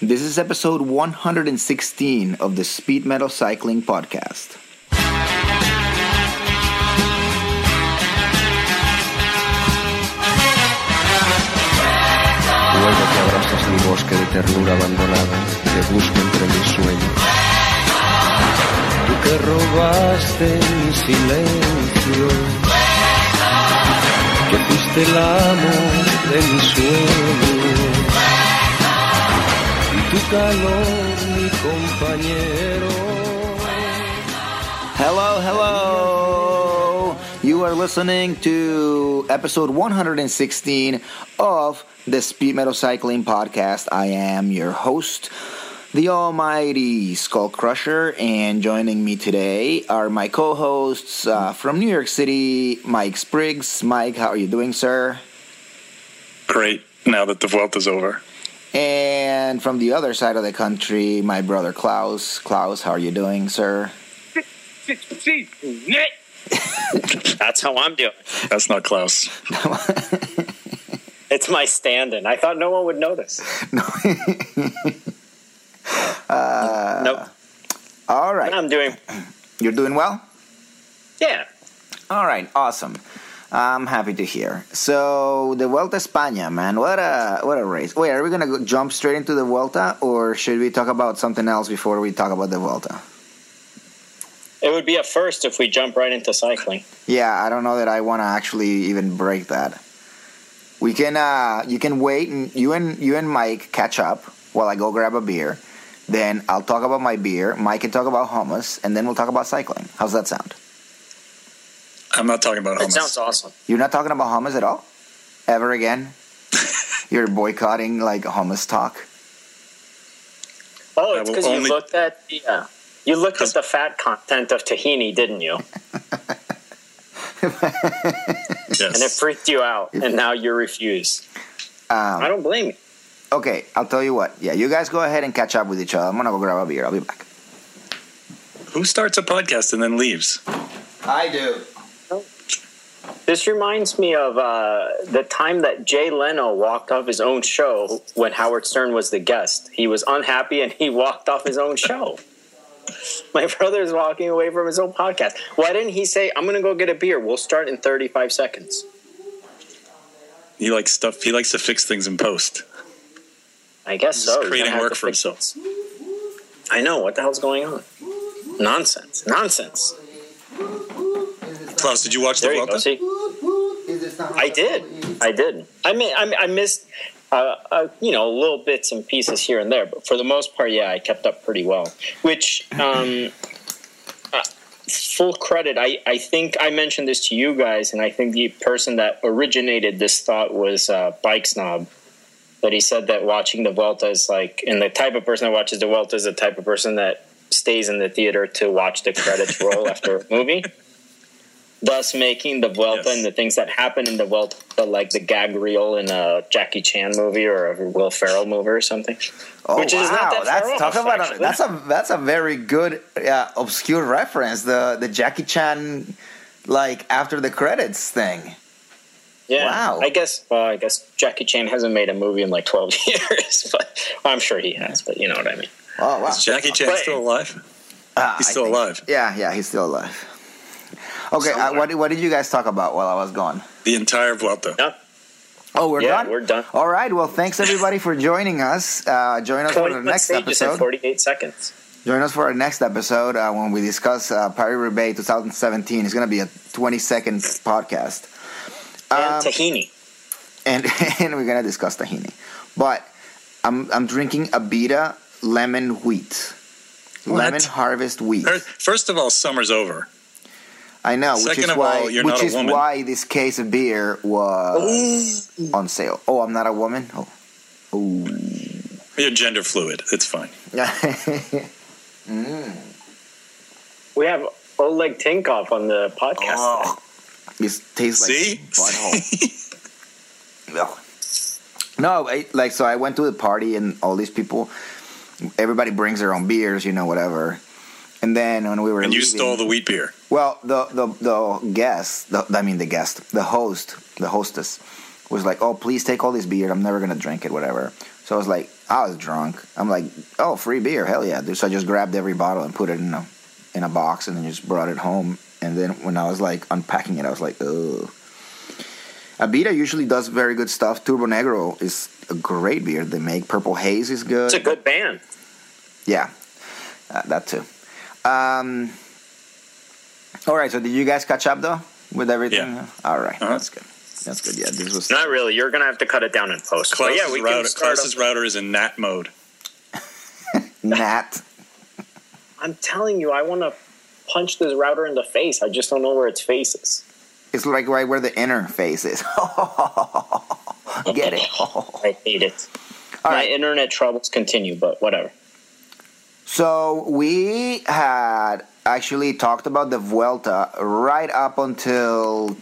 This is episode 116 of the Speed Metal Cycling Podcast. Luego que abrazas mi bosque de ternura abandonada, te busco entre mis sueños. Tú que robaste mi silencio, que fuiste el amo de mi sueño. Y tu calor, mi compañero. Hello, hello! You are listening to episode 116 of the Speed Metal Cycling Podcast. I am your host, the almighty Skull Crusher, and joining me today are my co hosts uh, from New York City, Mike Spriggs. Mike, how are you doing, sir? great now that the Vuelta's over. And from the other side of the country, my brother Klaus. Klaus, how are you doing, sir? That's how I'm doing. That's not Klaus. It's my stand-in. I thought no one would notice. No. nope. All right. I'm doing. You're doing well? Yeah. All right, awesome. I'm happy to hear. So the Vuelta a España, man, what a what a race! Wait, are we gonna go, jump straight into the Vuelta, or should we talk about something else before we talk about the Vuelta? It would be a first if we jump right into cycling. Yeah, I don't know that I want to actually even break that. We can, uh, you can wait, and you and you and Mike catch up while I go grab a beer. Then I'll talk about my beer. Mike can talk about hummus, and then we'll talk about cycling. How's that sound? I'm not talking about It hummus. sounds awesome. You're not talking about hummus at all? Ever again? You're boycotting like hummus talk? Oh, I it's will because you only- looked at yeah. You looked at the fat content of tahini, didn't you? And it yes. freaked you out, and now you refuse. Um, I don't blame you. okay, I'll tell you what. Yeah, you guys go ahead and catch up with each other. I'm gonna go grab a beer. I'll be back. Who starts a podcast and then leaves? I do. This reminds me of uh, the time that Jay Leno walked off his own show when Howard Stern was the guest. He was unhappy and he walked off his own show. My brother's walking away from his own podcast. Why didn't he say, I'm going to go get a beer? We'll start in 35 seconds. He likes stuff. He likes to fix things in post. I guess He's so. He's creating gonna have work to for fix himself. this. I know. What the hell's going on? Nonsense. Nonsense. Klaus, did you watch the There you go. Vuelta? See? I did. I did. I mean, I, I missed, uh, uh, you know, little bits and pieces here and there, but for the most part, yeah, I kept up pretty well. Which, um, uh, full credit, I, I think I mentioned this to you guys, and I think the person that originated this thought was uh, Bike Snob. That he said that watching the Vuelta is like, and the type of person that watches the Vuelta is the type of person that stays in the theater to watch the credits roll after a movie thus making the Vuelta Yes. and the things that happen in the Vuelta like the gag reel in a Jackie Chan movie or a Will Ferrell movie or something. Oh Which wow, is not that that's far off, talk about a, actually. that's a that's a very good uh, obscure reference. The the Jackie Chan like after the credits thing. Yeah, Wow. I guess. Well, I guess Jackie Chan hasn't made a movie in like twelve years, but well, I'm sure he has. But you know what I mean. Oh wow, Is Jackie Chan Wait. still alive? Ah, He's I still think- alive. Yeah, yeah, he's still alive. Okay, uh, what what did you guys talk about while I was gone? The entire Vuelta. No, Oh, we're yeah, done. we're done. All right. Well, thanks everybody for joining us. Uh, join us for the Twenty-one next stages in episode. forty-eight seconds. Join us for our next episode uh, when we discuss uh, Paris Roubaix 2017. It's going to be a 20 second podcast, And Um, tahini. and and we're going to discuss tahini. But I'm I'm drinking Abita lemon wheat, What? lemon harvest wheat. Fir- First of all, summer's over. I know, which Second is of why all, you're which not a is woman. why this case of beer was on sale. Oh, I'm not a woman. Oh, oh. You're gender fluid. It's fine. We have Oleg Tinkoff on the podcast. Oh, this tastes See? like butthole. Ugh. no, I, like so. I went to the party and all these people. Everybody brings their own beers, you know, whatever. And then when we were And you leaving- stole the wheat beer. well, the the the guest, the, I mean the guest, the host, the hostess was like, "Oh, please take all this beer. I'm never gonna drink it, whatever." So I was like, I was drunk. I'm like, oh, free beer, hell yeah, dude. So I just grabbed every bottle and put it in a in a box and then just brought it home. And then when I was like unpacking it, I was like, oh. Abita usually does very good stuff. Turbo Negro is a great beer they make. Purple Haze is good. It's a good band. Yeah, uh, that too. Um, all right, so did you guys catch up though with everything? Yeah. All right, Uh-huh. that's good. That's good. Yeah, this was Not really. You're gonna have to cut it down in post. But Klaus's, yeah, we can router, start Klaus's up- router is in NAT mode. Nat. I'm telling you, I want to punch this router in the face. I just don't know where its face is. It's like right where the interface is. Get it? All I hate it. My right. internet troubles continue, but whatever. So we had actually talked about the Vuelta right up until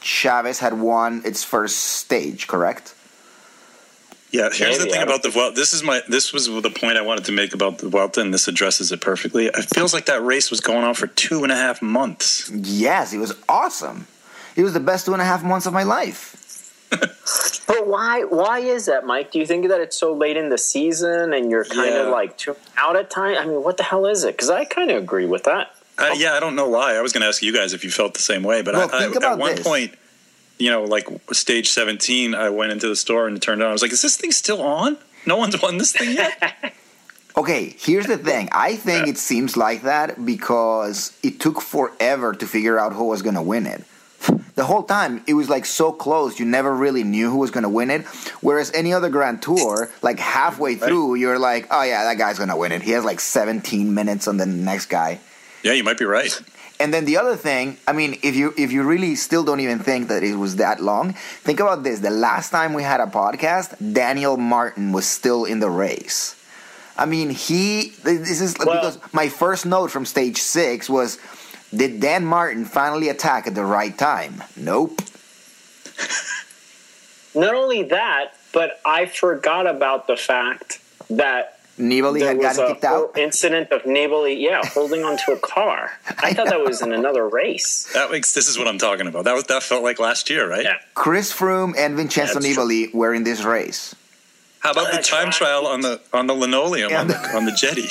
Chavez had won its first stage, correct? Yeah, here's the Maybe, I thing don't- about the Vuelta. This is my this was the point I wanted to make about the Vuelta, and this addresses it perfectly. It feels like that race was going on for two and a half months. Yes, it was awesome. It was the best two and a half months of my life. But why? Why is that, Mike? Do you think that it's so late in the season and you're kind of Yeah. like too out of time? I mean, what the hell is it? Because I kind of agree with that. Uh, yeah, I don't know why. I was going to ask you guys if you felt the same way, but Well, I, think I, about at one this. point, you know, like stage 17, I went into the store and it turned on. I was like, is this thing still on? No one's won this thing yet? Okay, here's the thing. I think it seems like that because it took forever to figure out who was going to win it. The whole time, it was like so close, you never really knew who was going to win it. Whereas any other Grand Tour, like halfway through, you're like, oh yeah, that guy's going to win it. He has like 17 minutes on the next guy. yeah, you might be right. And then the other thing, I mean, if you if you really still don't even think that it was that long, think about this. The last time we had a podcast, Daniel Martin was still in the race. I mean, he this is Well- because my first note from stage 6 was did Dan Martin finally attack at the right time? Nope. Not only that, but I forgot about the fact that Nibali there had was gotten a kicked out. whole incident of Nibali, yeah, holding onto a car. I thought that was in another race. That makes, this is what I'm talking about. That was that felt like last year, right? Yeah. Chris Froome and Vincenzo That's true. Nibali were in this race. How about the That's time right. trial on the on the linoleum Yeah. on the on the jetty?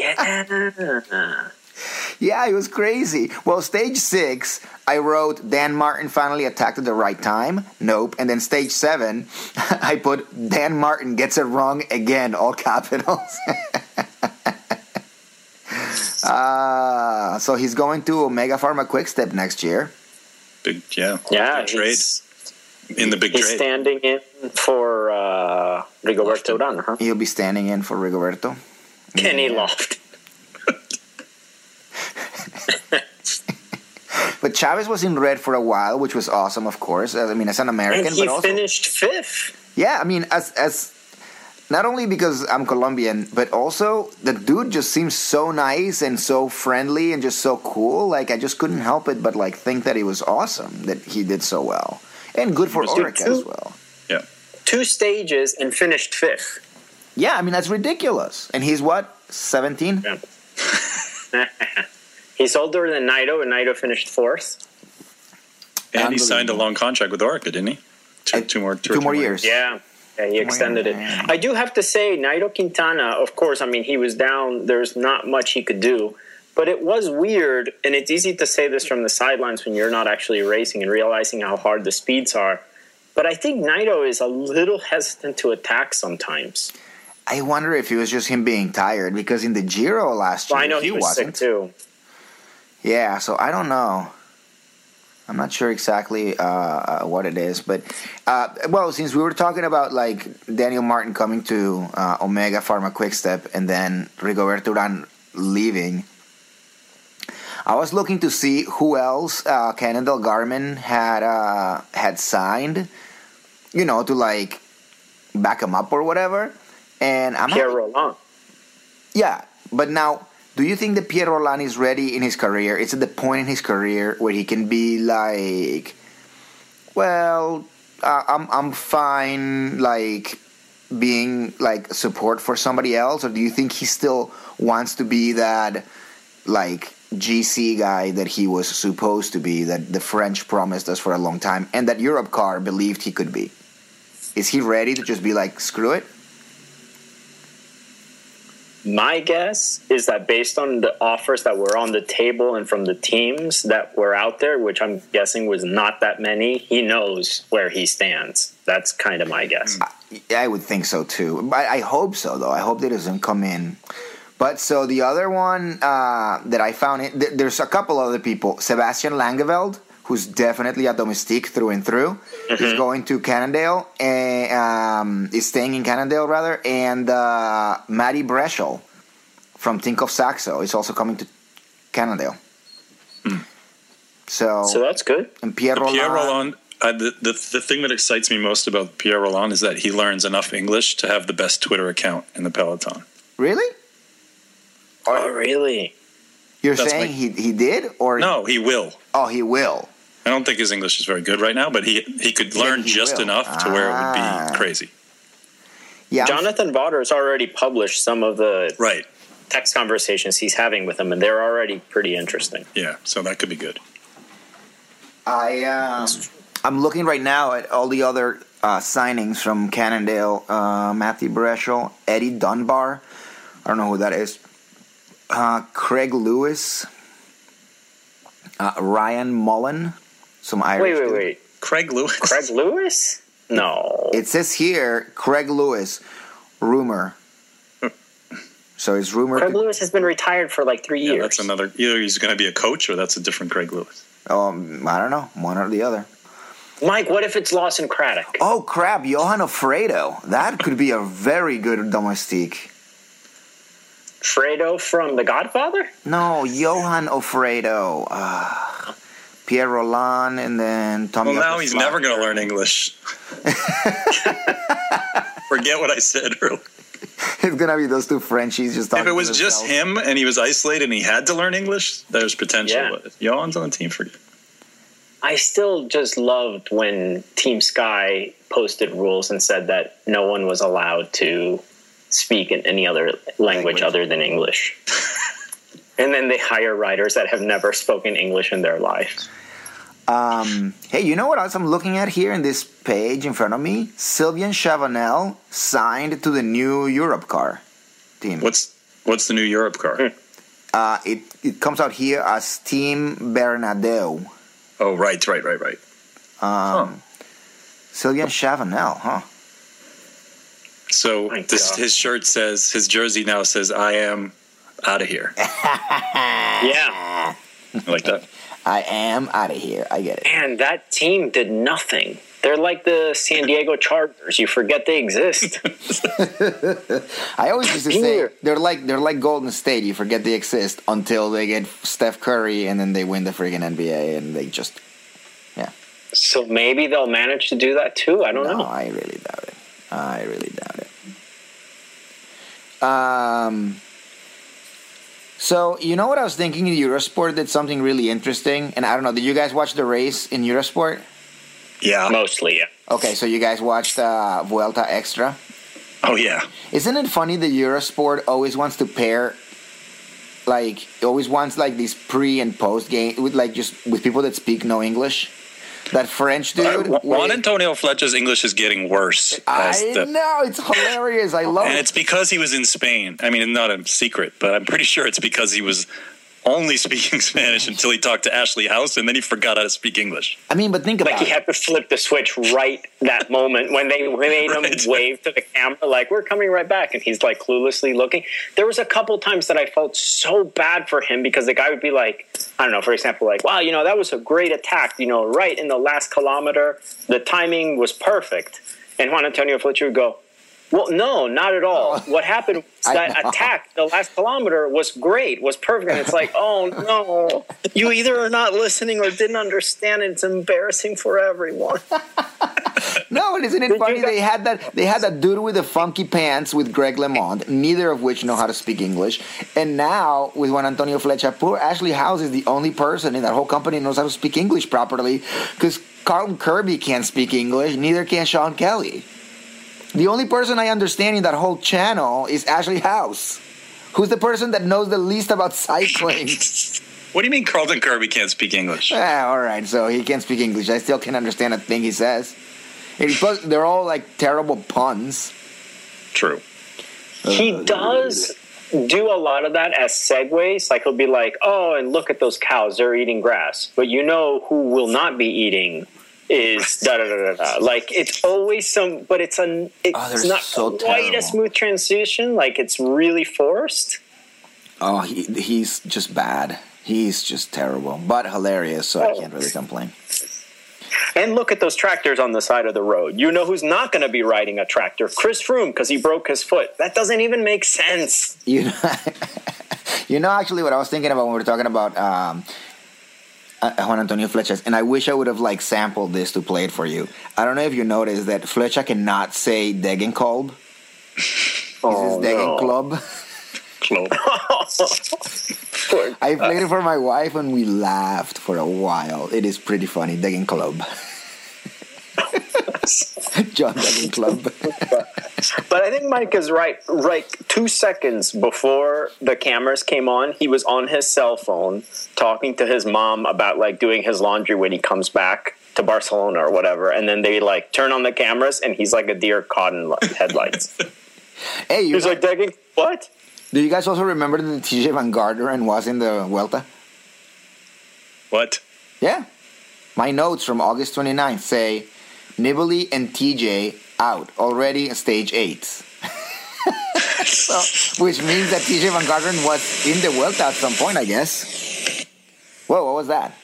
Yeah. Yeah, it was crazy. Well, stage six, I wrote Dan Martin finally attacked at the right time. Nope. And then stage seven, I put Dan Martin gets it wrong again, all capitals. uh, so he's going to Omega Pharma Quick Step next year. Big yeah. Yeah. Big trade he's- in the big He's trade. standing in for uh, Rigoberto Urán, huh? He'll be standing in for Rigoberto. Kenny Loft. But Chavez was in red for a while, which was awesome, of course. I mean, as an American, And he but also. finished fifth. Yeah, I mean, as as not only because I'm Colombian, but also the dude just seems so nice and so friendly and just so cool. Like I just couldn't help it but like think that it was awesome that he did so well and good for Was good Orica too. as well. yeah. Two stages and finished fifth. Yeah, I mean that's ridiculous. And he's what seventeen? Yeah. He's older than Naito, and Naito finished fourth. And he signed a Unbelievable. long contract with Orica, didn't he? Two, Uh, two more two, or Two more years. Yeah. Yeah, he extended it. I do have to say, Nairo Quintana, of course, I mean, he was down. There's not much he could do. But it was weird, and it's easy to say this from the sidelines when you're not actually racing and realizing how hard the speeds are. But I think Naito is a little hesitant to attack sometimes. I wonder if it was just him being tired because in the Giro last year Well, I know he, he was wasn't. sick too. Yeah, so I don't know. I'm not sure exactly uh, uh, what it is, but uh, well, since we were talking about like Daniel Martin coming to uh, Omega Pharma Quick Step and then Rigoberto Urán leaving, I was looking to see who else uh, Cannondale Garmin had uh, had signed, you know, to like back him up or whatever. And I'm Pierre having- Roland. yeah, but now, do you think that Pierre Roland is ready in his career? It's at the point in his career where he can be like, well, uh, I'm I'm fine, like being like support for somebody else, or do you think he still wants to be that like GC guy that he was supposed to be, that the French promised us for a long time, and that Europe car believed he could be? Is he ready to just be like, screw it? My guess is that based on the offers that were on the table and from the teams that were out there, which I'm guessing was not that many, he knows where he stands. That's kind of my guess. Mm. I would think so too. But I hope so, though. I hope that doesn't come in. But so the other one uh, that I found, it, th- there's a couple other people. Sebastian Langeveld, who's definitely a domestique through and through, Mm-hmm. is going to Cannondale and um, is staying in Cannondale rather. And uh, Maddie Breschel from Think of Saxo is also coming to Cannondale. So, So that's good. and Pierre The Roland, Hmm. Pierre Roland. I, the, the the thing that excites me most about Pierre Roland is that he learns enough English to have the best Twitter account in the peloton. Really? Oh, really? You're That's saying my- he he did or No, he will. Oh, he will. I don't think his English is very good right now, but he he could Yeah, learn he just will. enough to where it Ah. would be crazy. Yeah, I'm- Jonathan Vauder has already published some of the Right. text conversations he's having with him, and they're already pretty interesting. Yeah. So that could be good. I um, I'm looking right now at all the other uh, signings from Cannondale. Uh, Matthew Breschel, Eddie Dunbar. I don't know who that is. Uh, Craig Lewis, uh, Ryan Mullen, some Irish. Wait, wait, dude. wait. Craig Lewis. Craig Lewis? No. It says here Craig Lewis, rumor. so it's rumored. Hmm. Craig to- Lewis has been retired for like three Yeah, years. that's another. Either he's going to be a coach, or that's a different Craig Lewis. um, I don't know, one or the other. Mike, what if it's Lawson Craddock? Oh crap, Johan Alfredo. That could be a very good domestique. Fredo from The Godfather? No, Johan Alfredo. Ah, Pierre Roland and then Tommy. Well, now he's Okoslak. never going to learn English. Forget what I said earlier. It's gonna be those two Frenchies just talking. If it to was just themselves. him and he was isolated and he had to learn English, there's potential. Yeah. But if Johan's on the team. Forget. I still just loved when Team Sky posted rules and said that no one was allowed to speak in any other language, Language. other than English. and then they hire writers that have never spoken English in their lives. Um, hey, you know what else I'm looking at here in this page in front of me? Sylvian Chavanel signed to the new Europe car team. What's what's the new Europe car? Uh, it it comes out here as Team Bernadeu. oh, right, right, right, right. Um, Sylvian Chavanel, huh? So My this, God. his shirt says his jersey now says I am out of here. Yeah. I like that. I am out of here. I get it. Man, that team did nothing. They're like the San Diego Chargers. You forget they exist. I always used to say Here. they're like they're like Golden State. You forget they exist until they get Steph Curry, and then they win the freaking NBA, and they just so maybe they'll manage to do that too. I don't no. know. I really doubt it. I really doubt it. Um. So you know what I was thinking? Eurosport did something really interesting, and I don't know. Did you guys watch the race in Eurosport? Yeah. Mostly, yeah. Okay, so you guys watched uh, Vuelta Extra. Oh yeah. Isn't it funny that Eurosport always wants to pair, like, it always wants like these pre and post game with like just with people that speak no English? That French dude. Uh, Juan- Juan with- Antonio Fletcher's English is getting worse. I as the- know it's hilarious. I love And it. it's because he was in Spain. I mean, not a secret, but I'm pretty sure it's because he was only speaking Spanish until he talked to Ashley House, and then he forgot how to speak English. I mean, but think Like about he it. had to flip the switch right that moment when they when they made him Right. wave to the camera, like we're coming right back, and he's like cluelessly looking. There was a couple times that I felt so bad for him because the guy would be like, I don't know, for example, like, wow, you know, that was a great attack, you know, right in the last kilometer, the timing was perfect, and Juan Antonio Fletcher would go. Well, no, not at all. What happened I was that know. attack, the last kilometer, was great, was perfect. And it's like, oh no, you either are not listening or didn't understand. and It's embarrassing for everyone. No, and isn't it Did you funny? guys- They had that. They had that dude with the funky pants with Greg LeMond, neither of which know how to speak English. And now with Juan Antonio Flecha, poor Ashley House is the only person in that whole company who knows how to speak English properly because Carlton Kirby can't speak English, neither can Sean Kelly. The only person I understand in that whole channel is Ashley House, who's the person that knows the least about cycling. What do you mean Carlton Kirby can't speak English? ah, all right, so he can't speak English. I still can't understand a thing he says. It's bu- they're all like terrible puns. True. Uh, He does do a lot of that as segues. Like he'll be like, "Oh, and look at those cows; they're eating grass." But you know who will not be eating is da da da da da. Like it's always some, but it's an it's Oh, they're not so quite a terrible. smooth transition. Like it's really forced. Oh, he, he's just bad. He's just terrible, but hilarious. So I can't really complain. And look at those tractors on the side of the road. You know who's not going to be riding a tractor? Chris Froome because he broke his foot. That doesn't even make sense. You know, you know, actually, what I was thinking about when we were talking about um, uh, Juan Antonio Flecha, and I wish I would have like sampled this to play it for you. I don't know if you noticed that Flecha cannot say Degenkolb. This Oh, is Degen no. Club. Clo- Poor- I played it for my wife, and we laughed for a while. It is pretty funny, Degen Club. John Degen Club. But I think Mike is right. Right, two seconds before the cameras came on, he was on his cell phone talking to his mom about like doing his laundry when he comes back to Barcelona or whatever. And then they like turn on the cameras, and he's like a deer caught in li- headlights. hey, you, he's like, "Dang, what?" do you guys also remember that TJ Van Garderen was in the Vuelta? what? Yeah. My notes from August 29th say Nibali and TJ out already in stage 8. so, which means that TJ Van Garderen was in the Vuelta at some point, I guess. Whoa, what was that?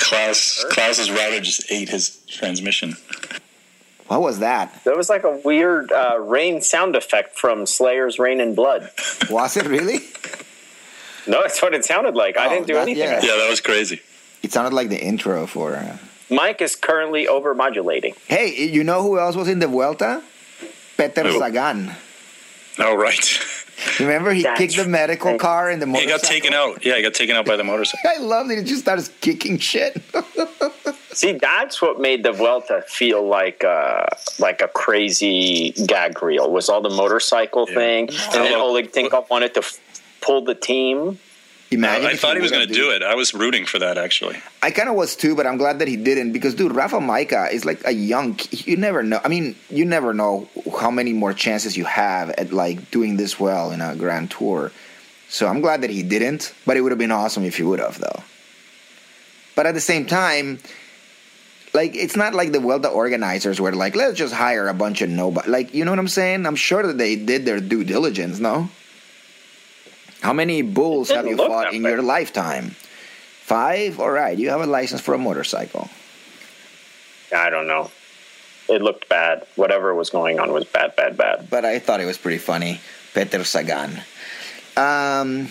Klaus Klaus's router just ate his transmission. What was that? There was like a weird uh, rain sound effect from Slayer's "Rain and Blood." Was it really? No, that's what it sounded like. I Oh, didn't do that- anything. yeah. Yeah, that was crazy. It sounded like the intro for. Uh... Mike is currently over modulating. Hey, you know who else was in the Vuelta? Peter Who? Sagan. Oh right. Remember, he That's kicked the medical right. car in the He motorcycle. got taken out. Yeah, he got taken out by the motorcycle. I love that he just starts kicking shit. See, that's what made the Vuelta feel like a, like a crazy gag reel was all the motorcycle thing, and then Hello. Oleg Tinkov wanted to f- pull the team. Imagine I if thought he was would going have to done- do it. I was rooting for that actually. I kind of was too, but I'm glad that he didn't because, dude, Rafa Micah is like a young. k- You never know. I mean, you never know how many more chances you have at like doing this well in a Grand Tour. So I'm glad that he didn't, but it would have been awesome if he would have, though. But at the same time, like it's not like the Welta organizers were like, let's just hire a bunch of nobody. Like, you know what I'm saying? I'm sure that they did their due diligence. No. How many bulls It have didn't you look fought that in bad. your lifetime? Five. All right, you have a license for a motorcycle. I don't know. It looked bad. Whatever was going on was bad, bad, bad. but I thought it was pretty funny. Peter Sagan. Um,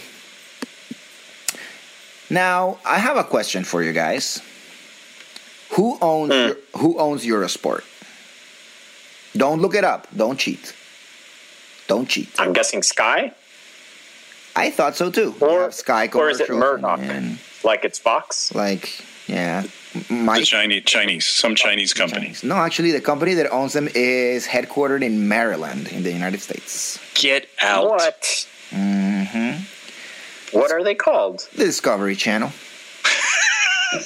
now I have a question for you guys. Who owns Hmm. your, who owns Eurosport? Don't look it up. Don't cheat. Don't cheat. I'm guessing Sky, I thought so too. Or- You have Sky or is it commercials Murdoch? and, like it's Fox. Like yeah, The my Chinese, Chinese, some Chinese company. no. Actually, the company that owns them is headquartered in Maryland, in the United States. Get out. What? Mm-hmm. hmm What are they called? The Discovery Channel.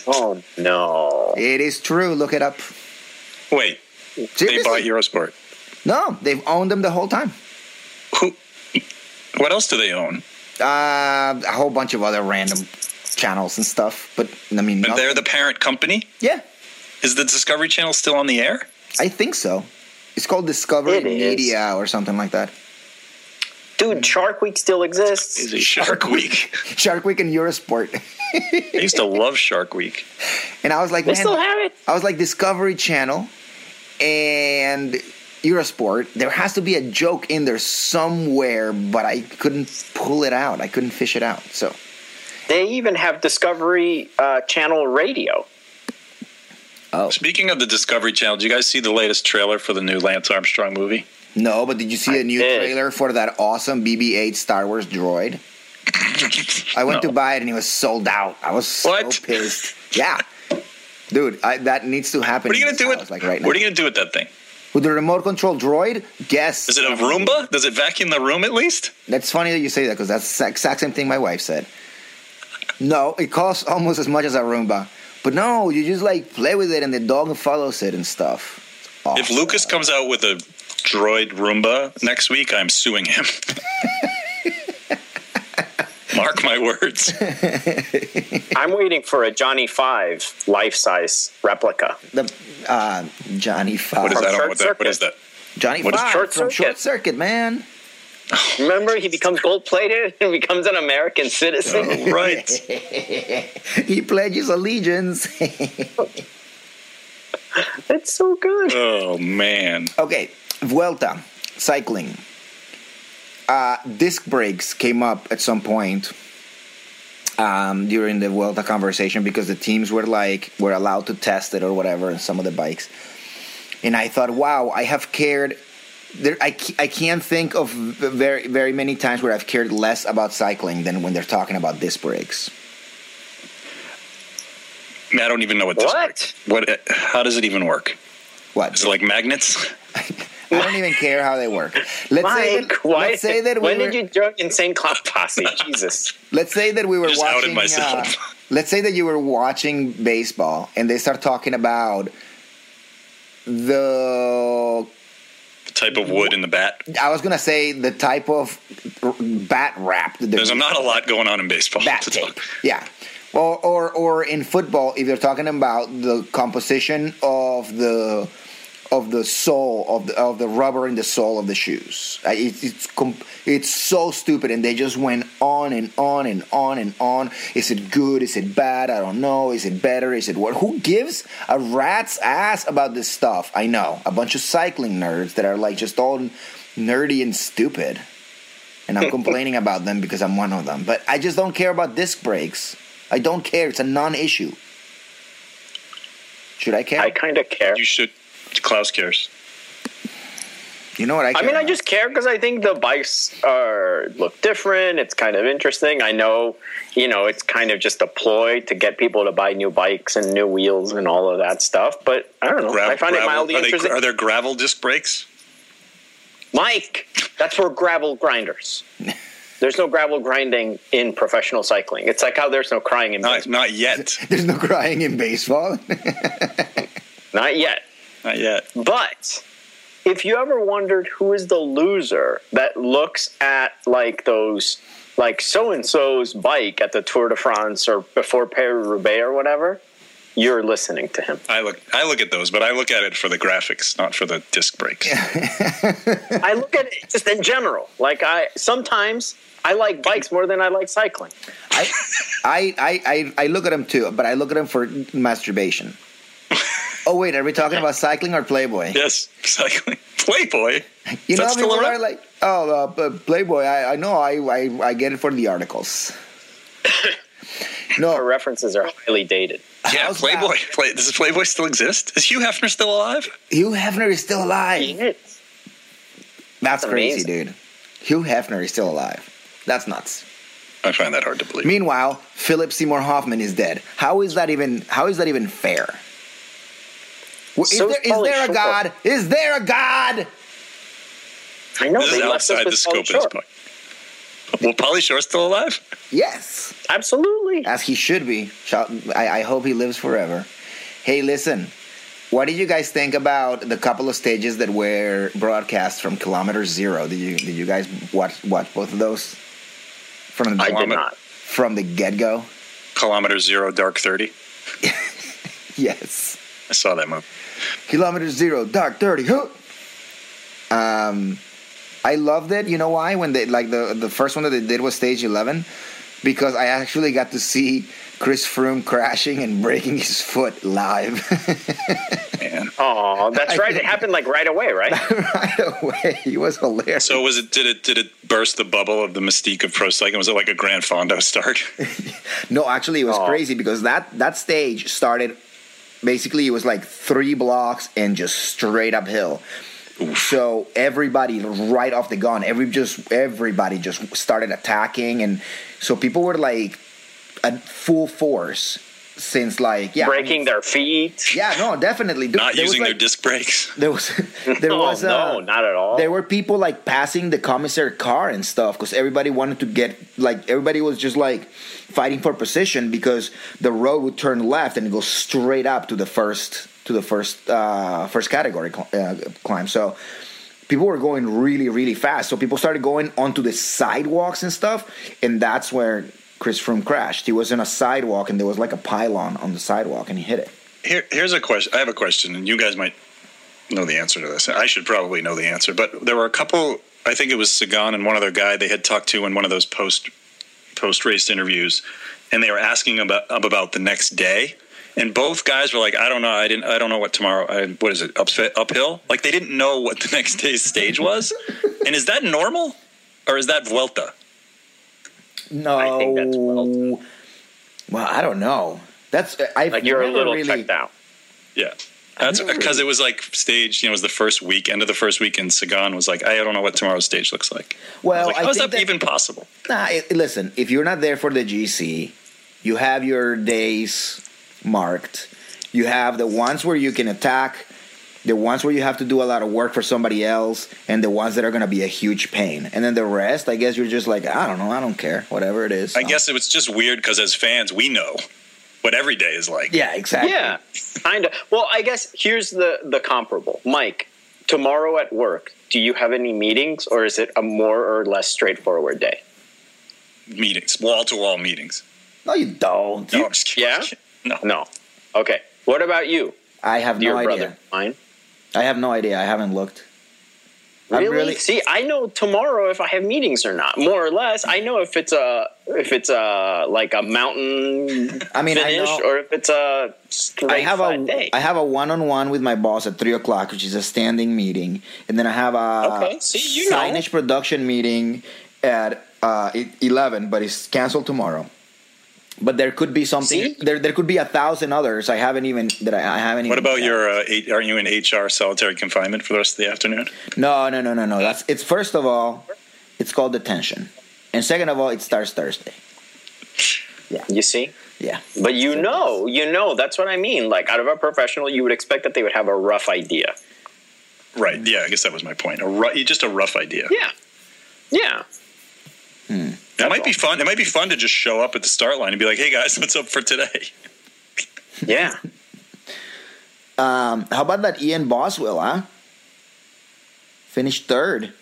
Oh no! It is true. Look it up. Wait, they Seriously? bought Eurosport. No, they've owned them the whole time. Who? What else do they own? Uh, a whole bunch of other random channels and stuff. But I mean, And not- they're the parent company. yeah, Is the Discovery Channel still on the air? I think so. It's called Discovery It is. Media or something like that. Dude, Shark Week still exists. Shark Week. Shark Week and Eurosport, I used to love Shark Week. and I was like, They man, still have it. I was like Discovery Channel and Eurosport. There has to be a joke in there somewhere, but I couldn't pull it out. I couldn't fish it out. So They even have Discovery uh, Channel Radio. Speaking of the Discovery Channel, do you guys see the latest trailer for the new Lance Armstrong movie? no, but did you see I the new did. trailer for that awesome BB-8 Star Wars droid? I went No. to buy it and it was sold out. I was so What? pissed. Yeah. Dude, I, that needs to happen. What are you in gonna do this with? house, like right now? what are you gonna do with that thing? With the remote control droid? Yes. Is it a Roomba? Does it vacuum the room at least? That's funny that you say that because that's the exact same thing my wife said. No, it costs almost as much as a Roomba, But no, you just like play with it and the dog follows it and stuff. It's awesome. If Lucas comes out with a droid Roomba next week, I'm suing him. Mark my words. I'm waiting for a Johnny Five life size replica. The uh, Johnny Five. What is From that? I don't know Short what that? What is that? Johnny What is Five Short from Short Circuit? Circuit, man. Remember, he becomes gold plated and becomes an American citizen. Oh, right. he pledges allegiance. That's so good. Oh man. okay, Vuelta, cycling. Uh, disc brakes came up at some point um, during the Vuelta conversation because the teams were like were allowed to test it or whatever in some of the bikes, and I thought, wow, I have cared. There, I, ca- I can't think of very very many times where I've cared less about cycling than when they're talking about disc brakes. Man, I don't even know what this. What? What? How does it even work? What? Is it like magnets? I don't even care how they work. Let's say Mike, that, why? let's say that we when were, did you join Insane Clown Posse? Jesus. let's say that we were Just outed watching myself. uh, let's say that you were watching baseball and they start talking about the The type of wood in the bat. I was going to say the type of r- bat wrap that they're There's using. not a lot going on in baseball. bat to tape. talk. Yeah. Or, or or in football, if you're talking about the composition of the of the sole of the of the rubber in the sole of the shoes, Uh, it, it's com- it's so stupid, and they just went on and on and on and on. Is it good? Is it bad? I don't know. Is it better? Is it what? Who gives a rat's ass about this stuff? I know a bunch of cycling nerds that are like just all nerdy and stupid and I'm complaining about them because I'm one of them. But I just don't care about disc brakes. I don't care. It's a non-issue. Should I care? I kind of care. You should. Klaus cares. you know what I? Care I mean, I about? just care because I think the bikes are look different. It's kind of interesting. I know, you know, it's kind of just a ploy to get people to buy new bikes and new wheels and all of that stuff. But Oh, I don't know. Gravel- I found it gravel- mildly are, interesting. They, are there gravel disc brakes? Mike, that's for gravel grinders. There's no gravel grinding in professional cycling. It's like how there's no crying in Not, baseball. not yet. there's no crying in baseball. Not yet. Not yet. But if you ever wondered who is the loser that looks at like those, like so and so's bike at the Tour de France or before Paris Roubaix or whatever, you're listening to him. I look. I look at those, but I look at it for the graphics, not for the disc brakes. I look at it just in general. Like I sometimes I like bikes more than I like cycling. I, I, I, I, I look at them too, but I look at them for masturbation. Oh wait, are we talking about cycling or Playboy? Yes, cycling. Playboy. you know, that's people still are around? like, oh, uh, but Playboy. I, I know. I, I, I get it for the articles. Our No, references are highly dated. Yeah, How's Playboy. that? Play, does Playboy still exist? Is Hugh Hefner still alive? Hugh Hefner is still alive. Yes. That's That's crazy, dude. Hugh Hefner is still alive. That's nuts. I find that hard to believe. Meanwhile, Philip Seymour Hoffman is dead. How is that even? How is that even fair? Well, Is So there, is is Pauly there a Shore. god? Is there a god? I know This is they left us outside with the scope Pauly of Shore. this point. Well, Polly Shore's still alive? Yes, Absolutely. as he should be. Shall- I, I hope he lives forever. Hey, listen. What did you guys think about the couple of stages that were broadcast from Kilometer Zero? Did you did you guys watch watch both of those from the I did Kilometer- not. from the get go? Kilometer Zero, Dark 30. Yes. I saw that movie. Kilometer zero, dark thirty. Huh? Um, I loved it. You know why? When they like the the first one that they did was stage eleven, because I actually got to see Chris Froome crashing and breaking his foot live Man. Oh, that's I right. did. It happened like right away, right? right away. He was hilarious. So was it did it did it burst the bubble of the mystique of pro cycling? Was it like a Grand Fondo start? No, actually, it was Aw. crazy because that that stage started. Basically, it was like three blocks and just straight uphill. So everybody right off the gun, every just everybody just started attacking, and so people were like at full force. since like yeah breaking their feet. yeah no definitely Dude, Not there was, using their like- disc brakes. there was there Oh, was uh, no, not at all. there were people like passing the commissary car and stuff because everybody wanted to get like everybody was just like fighting for position because the road would turn left and go straight up to the first to the first uh, first category cl- uh, climb. So people were going really really fast. So people started going onto the sidewalks and stuff, and that's where Chris Froome crashed. He was in a sidewalk and there was like a pylon on the sidewalk and he hit it. Here, here's a question. I have a question, and you guys might know the answer to this. I should probably know the answer, but there were a couple. I think it was Sagan and one other guy they had talked to in one of those post post race interviews, and they were asking about about the next day. And both guys were like, "I don't know. I didn't. I don't know what tomorrow. I, what is it? Up, uphill? Like they didn't know what the next day's stage was. and is that normal, or is that Vuelta? No. I think that's well- Well, I don't know. That's I like you're a little really, checked out. Yeah. That's because it was like stage, you know, it was the first week, end of the first week, and Sagan was like, I don't know what tomorrow's stage looks like. I was Well, like, I "Oh, how is think that, that- even possible? Nah, i listen, if you're not there for the GC, you have your days marked. You have the ones where you can attack, the ones where you have to do a lot of work for somebody else, and the ones that are going to be a huge pain. And then the rest, I guess you're just like, I don't know, I don't care, whatever it is. I guess it was just weird because as fans, we know what every day is like. Yeah, exactly. Yeah, kind of. Well, I guess here's the the comparable, Mike. Tomorrow at work, do you have any meetings, or is it a more or less straightforward day? Meetings, wall to wall meetings. No, you don't. No, I'm just kidding. yeah? No. No. Okay. What about you, I have dear no brother? idea. Mine. I have no idea. I haven't looked. I'm Really? really- See, I know tomorrow if I have meetings or not. More or less, I know if it's a if it's a like a mountain I mean, I finish know. or if it's a straight I have flat a day. I have a one on one with my boss at three o'clock, which is a standing meeting, and then I have a Okay, see, you know. signage production meeting at uh, e- eleven, but it's canceled tomorrow. But there could be something. See? There, there could be a thousand others. I haven't even that I, I haven't. What even about checked. your? Uh, eight, aren't you in HR solitary confinement for the rest of the afternoon? No, no, no, no, no. That's it's first of all, it's called detention, and second of all, it starts Thursday. you see. Yeah. But you know, you know, that's what I mean. Like out of a professional, you would expect that they would have a rough idea. Right. Yeah. I guess that was my point. A ru- just a rough idea. Yeah. Yeah. It might be fun. It might be fun to just show up at the start line and be like, "Hey guys, what's up for today?" Yeah. Um, how about that Ian Boswell, huh? Finished third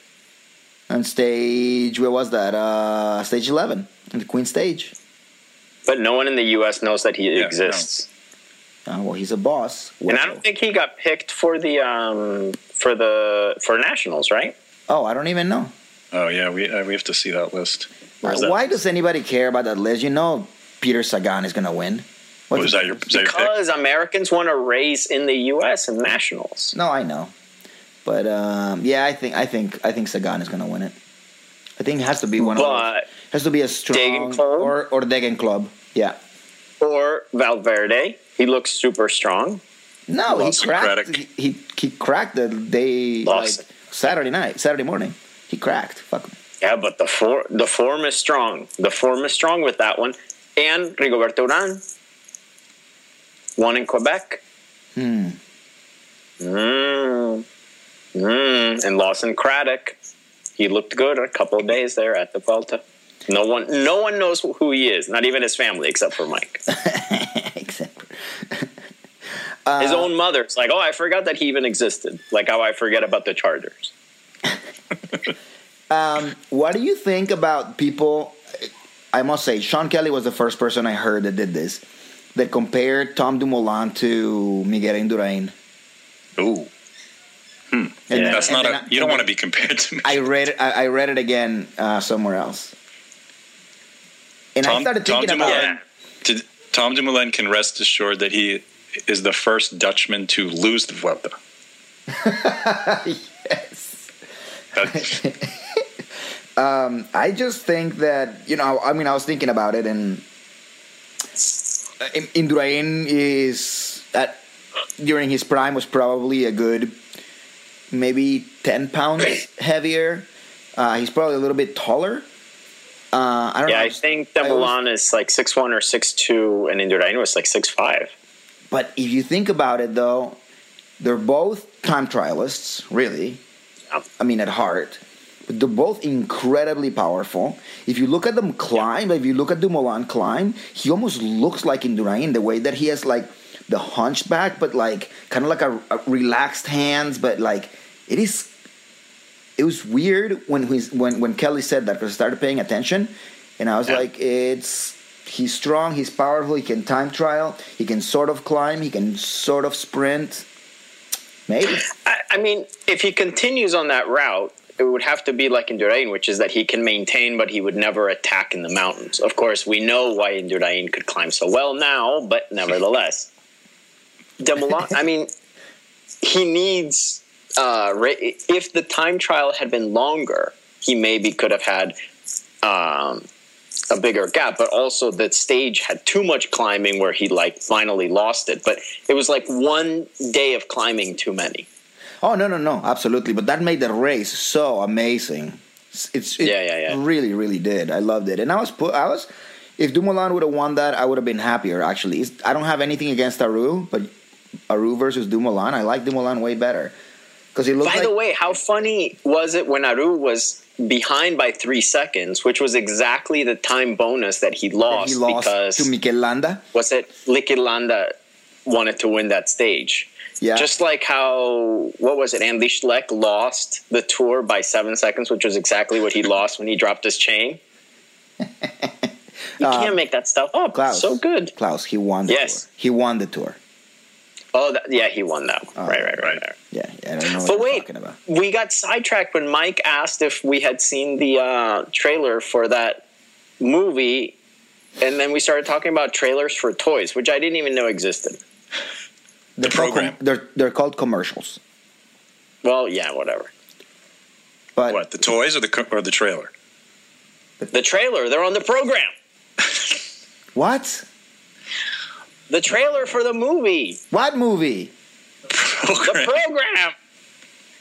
on stage. Where was that? Uh, stage 11 on the Queen stage. But no one in the US knows that he Yeah, exists. Uh, well, he's a boss. And I Wow. don't think he got picked for the um for the for nationals, right? oh, I don't even know. Oh yeah, we uh, we have to see that list. Where's that? Why does anybody care about that list? You know, Peter Sagan is going to win. What Was the- that your, was that your pick? Because Americans want to race in the US in nationals. No, I know, but um, yeah, I think I think I think Sagan is going to win it. I think it has to be one of But those. has to be a strong Degenkolb? or or Degen Club. Yeah. or Valverde, he looks super strong. No, he Lost to cracked. Craddock. He, he he cracked the day Lost. like Saturday night, Saturday morning. He cracked. Fuck. him. Yeah, but the for, the form is strong. The form is strong with that one. And Rigoberto Uran, one in Quebec. Hmm. Mm. Mm. And Lawson Craddock, he looked good a couple of days there at the Vuelta. No one, no one knows who he is. Not even his family, except for Mike. Hmm. Except his own mother's like, "Oh, I forgot that he even existed." Like how I forget about the Chargers. What do you think about people? I must say, Sean Kelly was the first person I heard that did this. That compared Tom Dumoulin to Miguel Indurain. Ooh, And Yeah. then- that's and not then a. I- You don't want to be compared to me. I read. it- I, I read it again uh, somewhere else. And I Tom, started thinking Tom about. Dumoulin, did- Tom Dumoulin can rest assured that he is the first Dutchman to lose the Vuelta. yes. That- I just think that you know. I mean, I was thinking about it, and uh, In- Indurain is at during his prime was probably a good maybe ten pounds heavier. Uh, he's probably a little bit taller, Uh, I don't yeah, know. I think that I always- Milan is like six one or six two, and Inter Dino is like six five. But if you think about it, though, they're both time trialists, really. Yeah. I mean, at heart. But they're both incredibly powerful. If you look at them climb, if you look at Dumoulin climb, he almost looks like Indurain the way that he has like the hunchback, but like kind of like a, a relaxed hands. But like it is, it was weird when he's, when when Kelly said that because I started paying attention, and I was Yeah. like, it's he's strong, he's powerful, he can time trial, he can sort of climb, he can sort of sprint. Maybe I, I mean, if he continues on that route, it would have to be like Indurain, which is that he can maintain, but he would never attack in the mountains. Of course, we know why Indurain could climb so well now, but nevertheless, Demolon. I mean, he needs. Uh, ra- if the time trial had been longer, he maybe could have had um, a bigger gap, but also the stage had too much climbing where he like finally lost it. But it was like one day of climbing too many. Oh no no no! Absolutely, but that made the race so amazing. It's- It's it Yeah, yeah, yeah. really really did. I loved it, and I was put I was. If Dumoulin would have won that, I would have been happier. Actually, it's, I don't have anything against Aru, but Aru versus Dumoulin, I like Dumoulin way better because he looked By like the way, how funny was it when Aru was behind by three seconds, which was exactly the time bonus that he lost, he lost because to Mikelanda. was it Likilanda wanted to win that stage. Yeah, Just like how what was it? Andy Schleck lost the tour by seven seconds, which was exactly what he lost when he dropped his chain. You Uh, can't make that stuff up. Klaus. So good. Klaus, he won. The Yes. tour. he won the tour. Oh, that, yeah, he won that. Oh. one. right, right, right, right. Yeah, yeah, I don't know what But you're wait, talking about. we got sidetracked when Mike asked if we had seen the uh, trailer for that movie, and then we started talking about trailers for toys, which I didn't even know existed. They're called com- program. they're they're called commercials, Well, yeah, whatever. but What the toys or the co- or the trailer? The trailer, they're on the program. what? The trailer for the movie, What movie? the Program. program.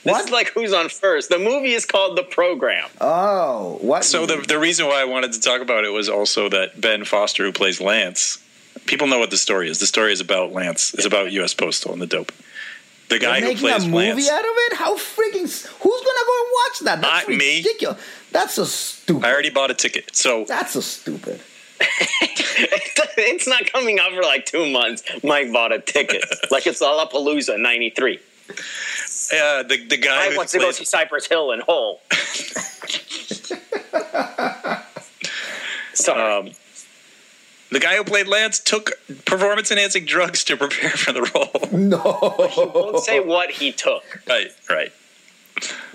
This is What? like who's on first. The movie is called The Program. Oh, what? So the movie? the reason why I wanted to talk about it was also that Ben Foster, who plays Lance, people know what the story is. The story is about Lance. It's about U.S. Postal and the dope. The They're guy who making plays a movie Lance. out of it? How freaking? s- Who's gonna go and watch that? That's Not me. ridiculous. That's so I stupid. already bought a ticket, so That's so stupid. it's not coming out for like two months. Mike bought a ticket. like it's Lollapalooza 93. uh, the the guy I who want to go plays see Cypress Hill and Hole. Sorry. um, the guy who played Lance took performance enhancing drugs to prepare for the role. No. Don't say what he took. right, right.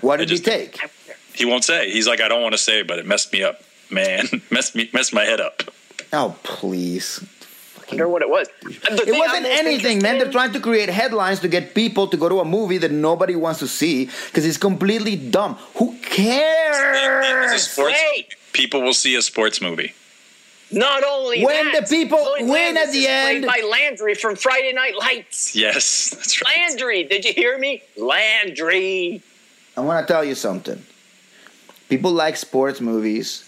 What did I just- he take? He won't say. He's like, I don't want to say, but it messed me up, man. messed me messed my head up. Oh please. I wonder what it was. It wasn't anything, man. They're trying to create headlines to get people to go to a movie that nobody wants to see because it's completely dumb. Who It's a cares? sports. Wait. People will see a sports movie. Not only When that, the people Lloyd win Landis at the is end- played by Landry from Friday Night Lights. Yes, that's right. Landry, did you hear me? Landry. I want to tell you something. People like sports movies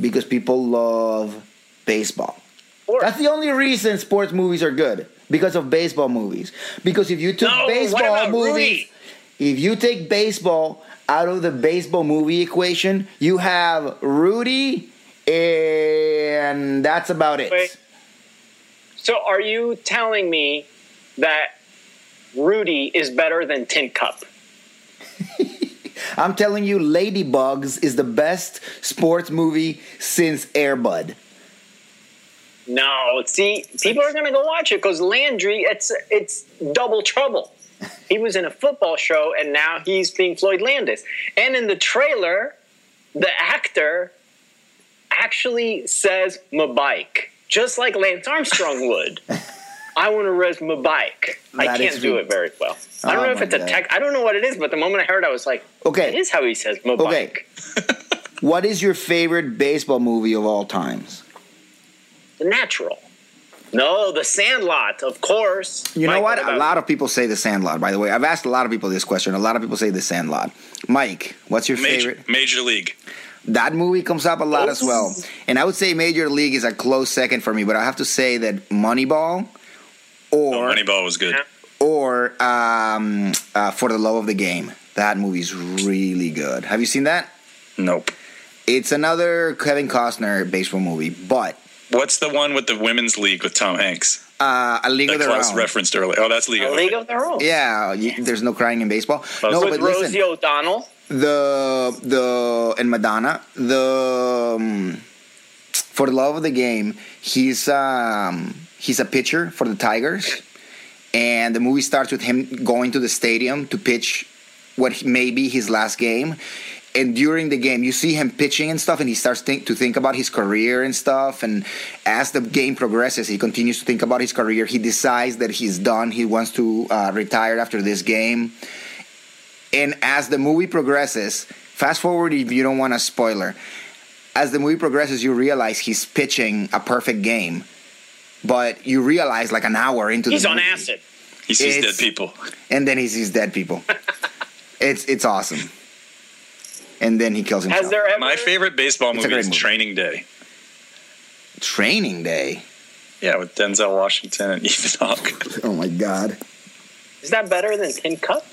because people love baseball. Or- That's the only reason sports movies are good because of baseball movies. Because if you took No, what baseball about movies, if you take baseball out of the baseball movie equation, you have Rudy, and that's about it. Wait. So are you telling me that Rudy is better than Tin Cup? I'm telling you, Ladybugs is the best sports movie since Airbud. No, see, people are going to go watch it because Landry, it's it's double trouble. He was in a football show, and now he's being Floyd Landis. And in the trailer, the actor actually says "my bike," just like Lance Armstrong would. I want to res my bike. I That can't is do re- it very well. I Oh don't know if my it's a God. tech. I don't know what it is, but the moment I heard, it, I was like, "It Okay. is how he says my Okay. bike." What is your favorite baseball movie of all times? The natural. No, the Sandlot, of course. You know Mike, what? about A lot of people say The Sandlot, by the way. I've asked a lot of people this question. A lot of people say The Sandlot. Mike, what's your Major, favorite? Major League. That movie comes up a lot as well. And I would say Major League is a close second for me, but I have to say that Moneyball Oh, or Moneyball was good. or um, uh, For the Love of the Game. That movie's really good. Have you seen that? Nope. It's another Kevin Costner baseball movie, but What's the one with the women's league with Tom Hanks? uh, a league That of their Klaus own. referenced earlier. Oh, that's League A of League of Their Own. yeah, you, there's no crying in baseball. No, With but With Rosie listen, O'Donnell. the the and Madonna the um, for the love of the game he's um he's a pitcher for the Tigers and the movie starts with him going to the stadium to pitch what he- may be his last game and during the game you see him pitching and stuff and he starts think, to think about his career and stuff and as the game progresses he continues to think about his career he decides that he's done he wants to uh, retire after this game and as the movie progresses, fast forward if you don't want a spoiler. As the movie progresses, you realize he's pitching a perfect game, but you realize like an hour into He's the on movie, acid. He sees It's- dead people. and then he sees dead people. it's it's awesome, and then he kills himself. Has there ever? My favorite baseball It's a movie great is movie. Training Day. Training Day. Yeah, with Denzel Washington and Ethan Hawke. Oh my god! Is that better than Tin Cup?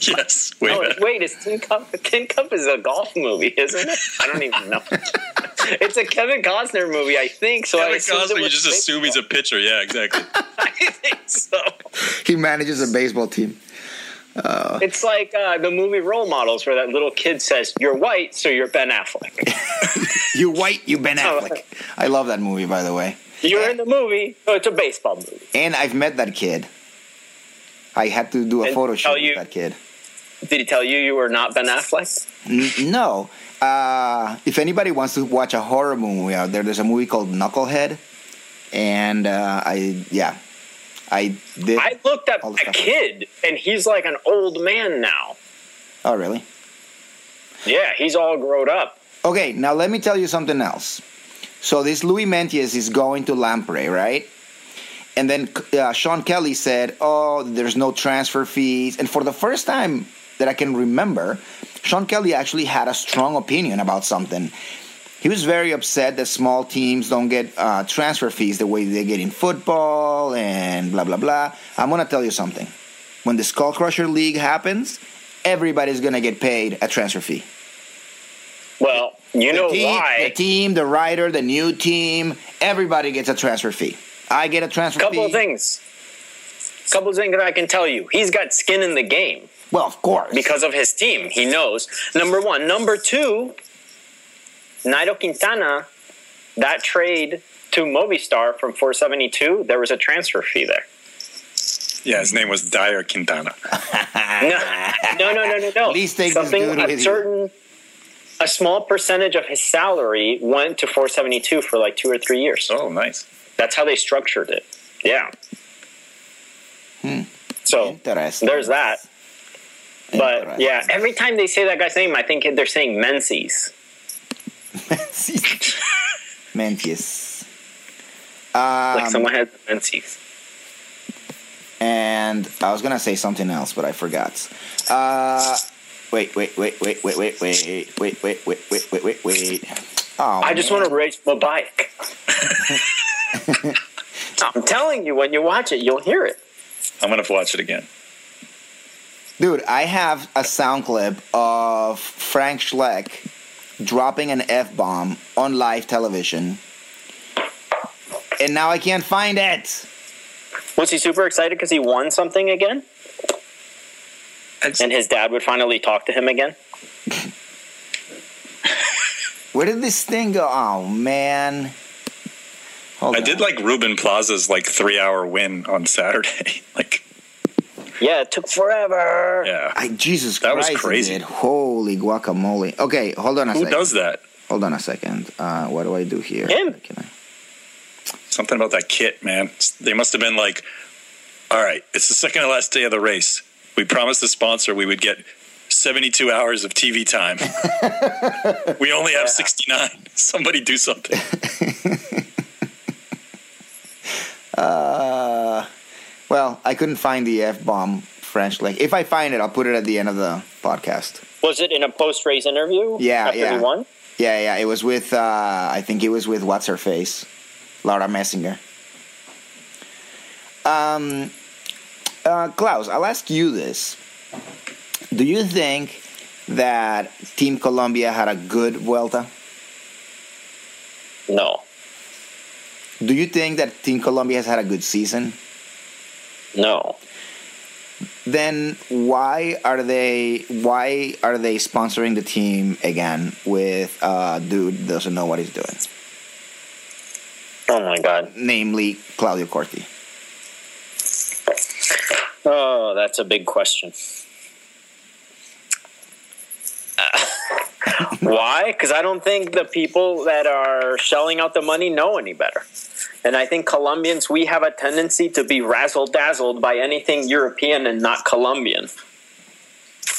yes, way Oh, better. wait, is Tin Cup? Tin Cup is a golf movie, isn't it? I don't even know. it's a Kevin Costner movie, I think. So I Kevin assumed it Costner, you was just assume he's a pitcher. Yeah, exactly. baseball. I think so. He manages a baseball team. It's like uh, the movie Role Models, where that little kid says, "You're white, so you're Ben Affleck. You white, you Ben Oh. Affleck. I love that movie, by the way. You're in the movie, so it's a baseball movie." And I've met that kid. I had to do a And photo tell shoot you- with that kid. Did he tell you you were not Ben Affleck? N- no. Uh, if anybody wants to watch a horror movie out there, there's a movie called Knucklehead, and uh, I yeah, I did. I looked up All the a stuff. kid, and he's like an old man now. oh really? Yeah, he's all grown up. Okay, now let me tell you something else. So this Louis Mentius is going to Lamprey, right? And then uh, Sean Kelly said, "Oh, there's no transfer fees." And for the first time that I can remember, Sean Kelly actually had a strong opinion about something. He was very upset that small teams don't get uh, transfer fees the way they get in football and blah blah blah. I'm gonna tell you something. When the Skull Crusher League happens, everybody's gonna get paid a transfer fee. Well, you know The team, the why? team, the rider, the new team, everybody gets a transfer fee. I get a transfer couple fee. of things. Couple of things that I can tell you. He's got skin in the game Well, of course. because of his team. He knows. Number one. Number two, Nairo Quintana, that trade to Movistar from 472, there was a transfer fee there. Yeah, his name was Dyer Quintana. No, no, no, no, no. no. Please take this Something dude a with you. certain, a small percentage of his salary went to 472 for like two or three years. Oh, nice. That's how they structured it. Yeah. Hmm. So Interesting. there's that. But Interesting. yeah, every time they say that guy's name, I think they're saying Menzies. Mentius. Like Um, someone has Menzies. and I was gonna say something else, but I forgot. Uh, wait, wait, wait, wait, wait, wait, wait, wait, wait, wait, wait, wait, wait, wait. Oh, I just want to race my bike. I'm telling you, when you watch it, you'll hear it. I'm gonna watch it again. Dude, I have a sound clip of Frank Schleck dropping an F bomb on live television. And now I can't find it. Was he super excited because he won something again? And his dad would finally talk to him again? Where did this thing go? Oh, man. Hold I on. did like Ruben Plaza's like three hour win on Saturday. like, Yeah, it took forever. yeah. I, Jesus That was Christ. it crazy. did. Holy guacamole. Okay, hold on a Who second. does that? Hold on a second. Uh, what do I do here? Him. Can I- Something about that kit, man. They must have been like, all right, it's the second to last day of the race. We promised the sponsor we would get 72 hours of TV time. we only have 69. Somebody do something. Uh, well, I couldn't find the F bomb French link. If I find it, I'll put it at the end of the podcast. Was it in a post race interview? Yeah, after yeah. he won? Yeah, yeah. It was with uh, I think it was with what's her face, Laura Messinger. Um, uh, Klaus, I'll ask you this: Do you think that Team Colombia had a good Vuelta? No, Do you think that Team Colombia has had a good season? no. Then why are they why are they sponsoring the team again with a dude who doesn't know what he's doing, Oh my god. namely Claudio Corti? Oh, that's a big question. Why? Because I don't think the people that are shelling out the money know any better. And I think Colombians, we have a tendency to be razzle dazzled by anything European and not Colombian. Oh,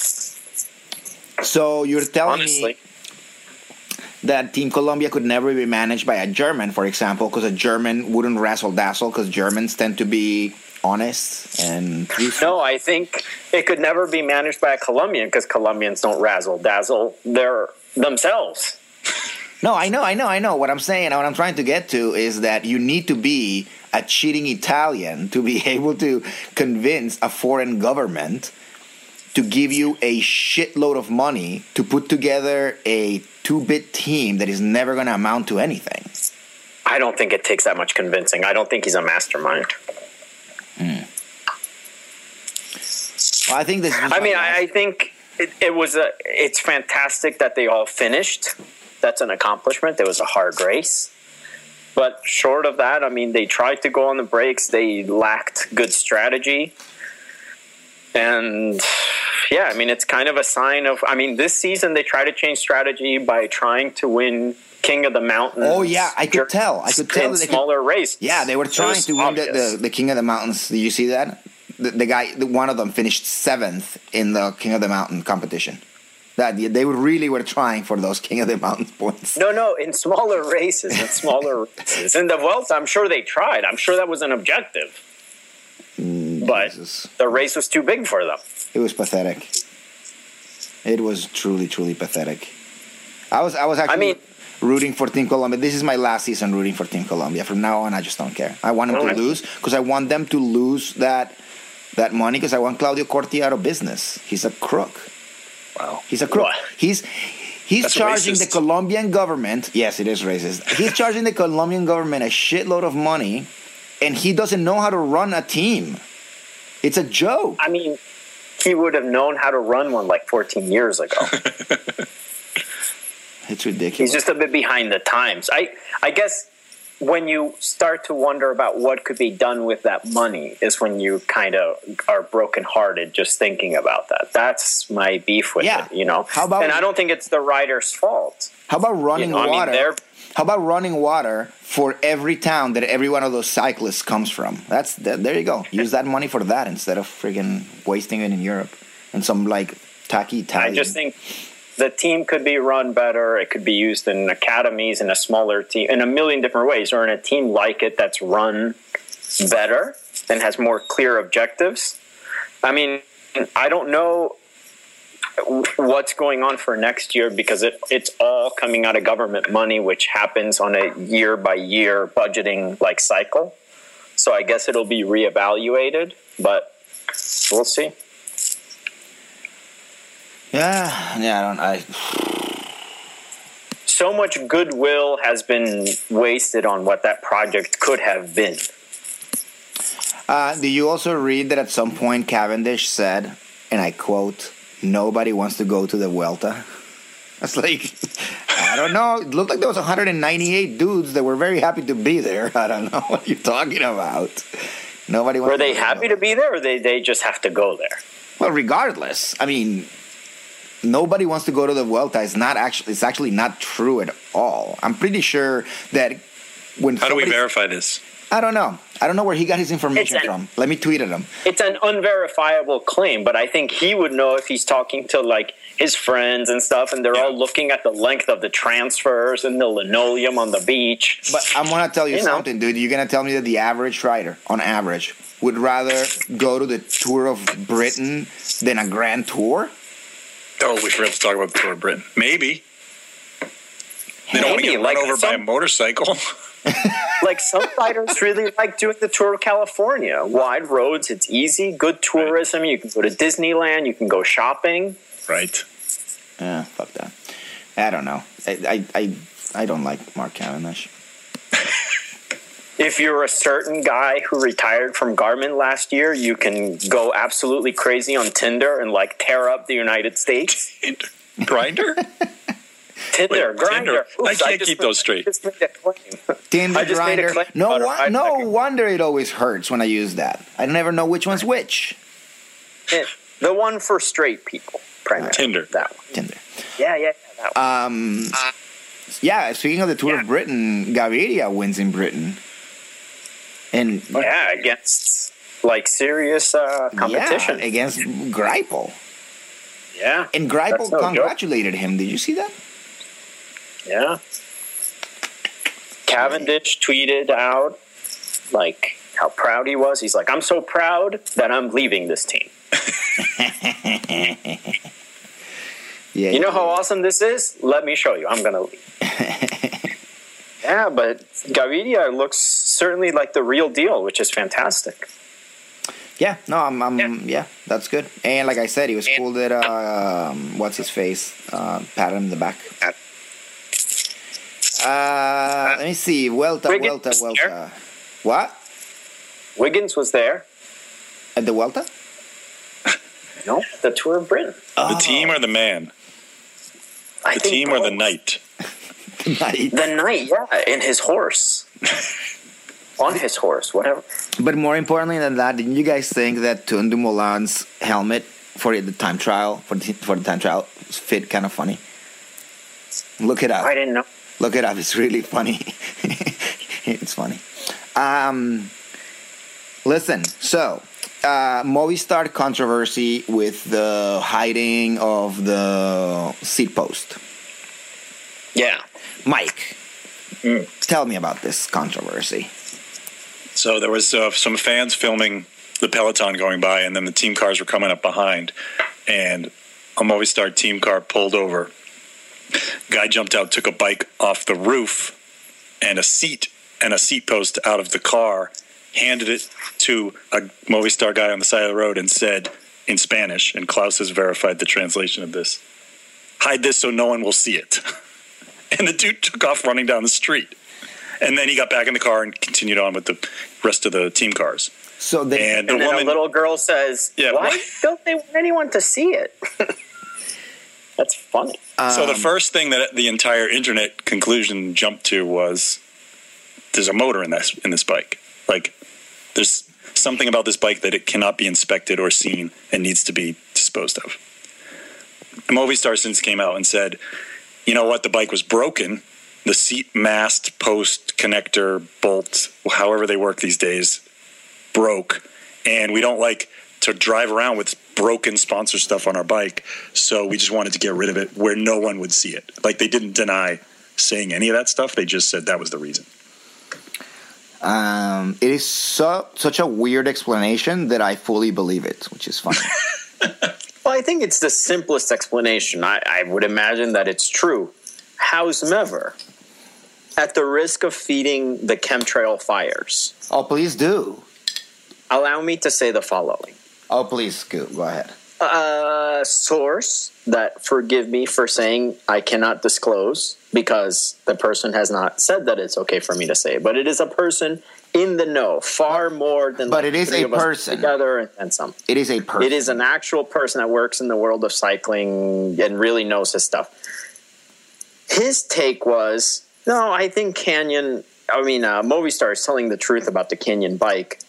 So you're telling Honestly, me that Team Colombia could never be managed by a German, for example, because a German wouldn't razzle dazzle, because Germans tend to be honest and truthful. no, I think it could never be managed by a Colombian because Colombians don't razzle dazzle. They're themselves. No, I know, I know, I know. What I'm saying, what I'm trying to get to is that you need to be a cheating Italian to be able to convince a foreign government to give you a shitload of money to put together a two bit team that is never going to amount to anything. I don't think it takes that much convincing. I don't think he's a mastermind. Well, I think this. Is I mean, I, I think it, it was a. It's fantastic that they all finished. That's an accomplishment. It was a hard race, but short of that, I mean, they tried to go on the breaks. They lacked good strategy, and yeah, I mean, it's kind of a sign of. I mean, this season they try to change strategy by trying to win King of the Mountain. Oh, yeah, I could tell. I could tell in that they could- smaller race. Yeah, they were trying to win the, the, the King of the Mountains. Did you see that? The, the guy, the, one of them finished seventh in the King of the Mountain competition. That they were really were trying for those King of the Mountain points. No, no, in smaller races, in smaller races. In the Vuelta, I'm sure they tried. I'm sure that was an objective. Mm. But Jesus. the race was too big for them. It was pathetic. It was truly, truly pathetic. I was, I was actually mean- rooting for Team Colombia. This is my last season rooting for Team Colombia. From now on, I just don't care. I want them Alright. to lose because I want them to lose that that money because I want Claudio Corti out of business. He's a crook. Wow. He's a crook. What? He's he's That's charging the racist. Colombian government. Yes, it is racist. He's charging the Colombian government a shitload of money, and he doesn't know how to run a team. It's a joke. I mean, he would have known how to run one like 14 years ago. It's He's ridiculous. just a bit behind the times. I, I guess when you start to wonder about what could be done with that money is when you kind of are brokenhearted just thinking about that. That's my beef with Yeah. it, you know? How about- and I don't think it's the rider's fault. how about You running know, I water? mean, they're how about running water for every town that every one of those cyclists comes from? That's that, there you go. Use that money for that instead of freaking wasting it in Europe and some like tacky I Italian. just think the team could be run better. It could be used in academies in a smaller team in a million different ways, or in a team like it that's run better and has more clear objectives. I mean, I don't know what's going on for next year because it, it's all coming out of government money, which happens on a year by year budgeting like cycle. So I guess it'll be reevaluated, but we'll see. yeah, yeah. I don't. I, so much goodwill has been wasted on what that project could have been. Uh, do you also read that at some point Cavendish said, and I quote, "Nobody wants to go to the Vuelta." That's like, I don't know. It looked like there was 198 dudes that were very happy to be there. I don't know what you're talking about. Nobody. wants Were they to go happy to be there, or they they just have to go there? Well, regardless, I mean, nobody wants to go to the Vuelta. It's not actually. It's actually not true at all. I'm pretty sure that when How do we somebody- verify this? I don't know. I don't know where he got his information It's a- from. Let me tweet at him. It's an unverifiable claim, but I think he would know if he's talking to like his friends and stuff, and they're all looking at the length of the transfers and the linoleum on the beach. But I'm gonna tell you, You know. something, dude. You're gonna tell me that the average rider, on average, would rather go to the tour of Britain than a grand tour? Oh, we forgot to talk about the Tour of Britain. Maybe. They don't want to Maybe, get like run over by a some- motorcycle. like some fighters really like doing the tour of California. Wide roads, it's easy, good tourism. You can go to Disneyland, you can go shopping. right. Yeah, Eh, fuck that. I don't know. I I I, I don't like Mark Cavendish. If you're a certain guy who retired from Garmin last year, you can go absolutely crazy on Tinder and like tear up the United States. Grinder? Tinder, Wait, Tinder. grinder. I can't keep those straight. I just made that claim. Tinder I just made a grinder. claim No, about her wo- five no seconds. wonder it always hurts when I use that. I never know which one's which. the one for straight people, primarily. Tinder. That one. Tinder. Yeah, yeah, yeah, that one. Um, Uh, yeah. Speaking of the Tour of Britain, Gaviria wins in Britain. And yeah, against like serious uh, competition. Yeah, against Greipel. Yeah, And Greipel That's no joke. congratulated him. Did you see that? yeah. Cavendish tweeted out like how proud he was. He's like, "I'm so proud that I'm leaving this team." Yeah. You know how awesome this is? Let me show you. I'm gonna leave. yeah, but Gaviria looks certainly like the real deal, which is fantastic. Yeah. No, I'm. I'm yeah. Yeah. that's good. And like I said, it was And- cool that uh, um, what's his face uh, pat him in the back. Pat. Uh, let me see. Welta, Wiggins Welta, was Welta. there. What Wiggins was there. at the Welta? No, the Tour of Britain. Oh. The team or the man? I The think team or the both. knight? Nice. The knight, yeah, and his horse. On his horse, whatever. But more importantly than that, didn't you guys think that Tundu Molan's helmet for the time trial for the, for the time trial fit kind of funny? Look it up. I didn't know. Look it up. It's really funny. it's funny. Um, listen, so uh, Movistar controversy with the hiding of the seat post. Yeah. Mike, Mm. tell me about this controversy. So there was uh, some fans filming the peloton going by, and then the team cars were coming up behind, and a Movistar team car pulled over. Guy jumped out, took a bike off the roof, and a seat and a seat post out of the car, handed it to a Movistar guy on the side of the road, and said in Spanish, and Klaus has verified the translation of this: "Hide this so no one will see it." And the dude took off running down the street. And then he got back in the car and continued on with the rest of the team cars. So they, And, And the then woman, a little girl says, Yeah, Why why- don't they want anyone to see it? That's funny. so the um, first thing that the entire internet conclusion jumped to was there's a motor in this in this bike. Like there's something about this bike that it cannot be inspected or seen and needs to be disposed of. And Movistar since came out and said, you know what, the bike was broken. The seat mast, post, connector, bolt, however they work these days, broke. And we don't like to drive around with broken sponsor stuff on our bike. So we just wanted to get rid of it where no one would see it. Like they didn't deny saying any of that stuff. They just said that was the reason. um, it is so such a weird explanation that I fully believe it, which is funny. Well, I think it's the simplest explanation. I, I would imagine that it's true. Howsoever, at the risk of feeding the chemtrail fires, oh, please do. allow me to say the following. Oh, please go, go ahead. uh, source that forgive me for saying I cannot disclose because the person has not said that it's okay for me to say, but it is a person in the know far more than But like, it is three a of us person. together and, and some. It is a person. It is an actual person that works in the world of cycling and really knows his stuff. His take was no, I think Canyon, I mean, uh, Movistar is telling the truth about the Canyon bike.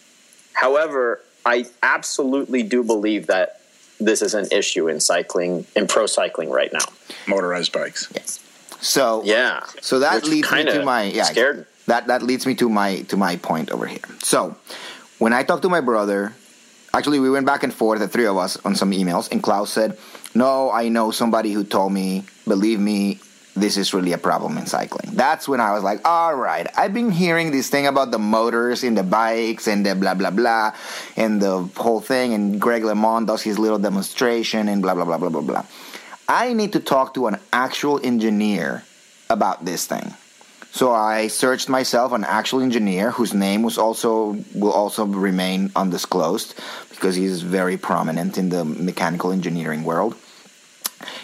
However, I absolutely do believe that this is an issue in cycling, in pro cycling right now. Motorized bikes. So Yeah. So that Which leads me kinda to my yeah. scared. That that leads me to my to my point over here. So when I talked to my brother, actually we went back and forth, the three of us, on some emails, and Klaus said, "No, I know somebody who told me. Believe me, this is really a problem in cycling." That's when I was like, "All right, I've been hearing this thing about the motors in the bikes and the blah blah blah, and the whole thing." And Greg LeMond does his little demonstration and blah blah blah blah blah blah. I need to talk to an actual engineer about this thing. So I searched myself an actual engineer whose name was also will also remain undisclosed because he's very prominent in the mechanical engineering world.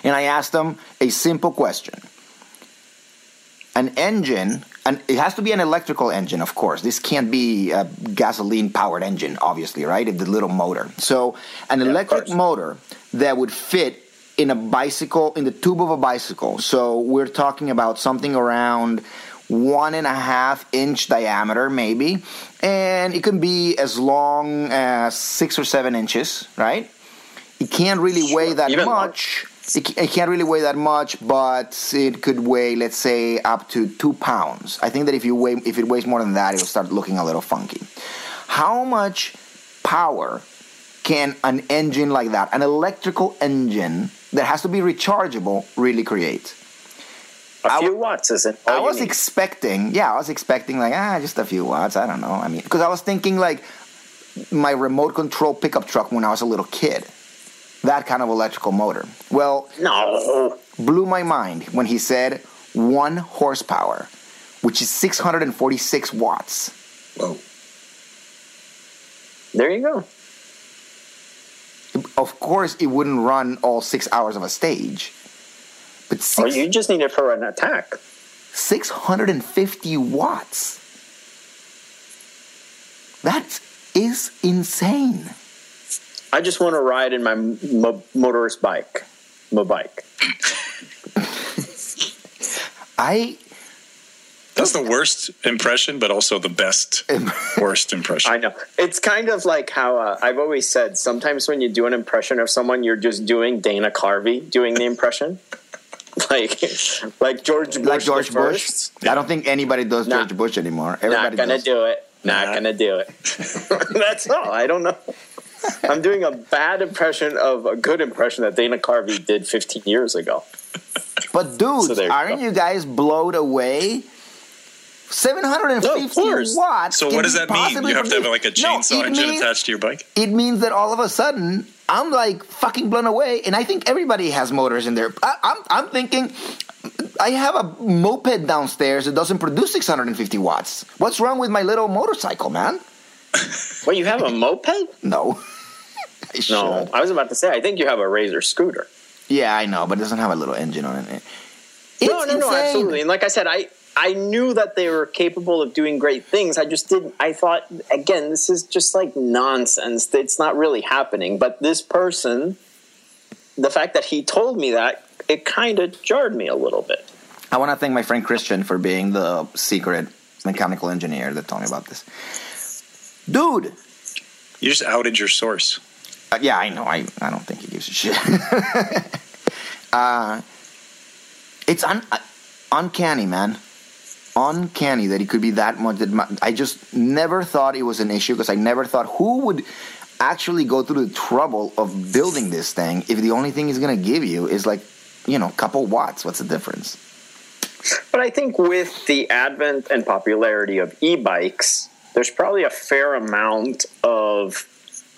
And I asked him a simple question. An engine, and it has to be an electrical engine, of course. This can't be a gasoline powered engine, obviously, right? The little motor. So, an Yeah, of electric course. motor that would fit in a bicycle, in the tube of a bicycle. So, we're talking about something around one and a half inch diameter, maybe. And it can be as long as six or seven inches, right? It can't really weigh that Even larger. much. It, ca- it can't really weigh that much, but it could weigh, let's say, up to two pounds. I think that if you weigh, if it weighs more than that, it'll start looking a little funky. How much power can an engine like that, an electrical engine that has to be rechargeable, really create? A I few w- watts isn't. all I Oh, you was need. expecting, yeah, I was expecting like ah, just a few watts. I don't know. I mean, because I was thinking like my remote control pickup truck when I was a little kid, that kind of electrical motor. Well, no. blew my mind when he said one horsepower, which is 646 watts. Whoa. There you go. Of course, it wouldn't run all six hours of a stage, but Or six, Oh, you just need it for an attack. 650 watts. That is insane. I just want to ride in my m- mo- motorist bike. My bike. I That's the worst impression, but also the best worst impression. I know. It's kind of like how uh, I've always said sometimes when you do an impression of someone, you're just doing Dana Carvey doing the impression. like like George Bush. like George the Bush. first. I don't think anybody does Nah. George Bush anymore. Not Everybody gonna does. do it. Not Nah. gonna do it. That's all. I don't know. I'm doing a bad impression of a good impression that Dana Carvey did 15 years ago. But dudes, So there you aren't go. you guys blown away? 750 course. watts. so can what does you that mean? possibly You have to have believe- like a No, chainsaw it engine means, attached to your bike? It means that all of a sudden I'm like fucking blown away, and I think everybody has motors in there. I, I'm I'm thinking. I have a moped downstairs that doesn't produce 650 watts. What's wrong with my little motorcycle, man? Wait, you have a moped? No. I No, should. I was about to say. I think you have a Razor scooter. Yeah, I know, but it doesn't have a little engine on it. It's no, no, no, insane. absolutely. And like I said, I I knew that they were capable of doing great things. I just didn't. I thought again, this is just like nonsense. It's not really happening. But this person, the fact that he told me that, it kind of jarred me a little bit. I want to thank my friend Christian for being the secret mechanical engineer that told me about this. Dude, You just outed your source. Uh, yeah, I know. I, I don't think he gives a shit. uh, it's un, uh, uncanny, man. Uncanny that he could be that much. That mu- I just never thought it was an issue because I never thought who would actually go through the trouble of building this thing if the only thing he's going to give you is like, you know, couple watts. What's the difference? But I think with the advent and popularity of e-bikes, there's probably a fair amount of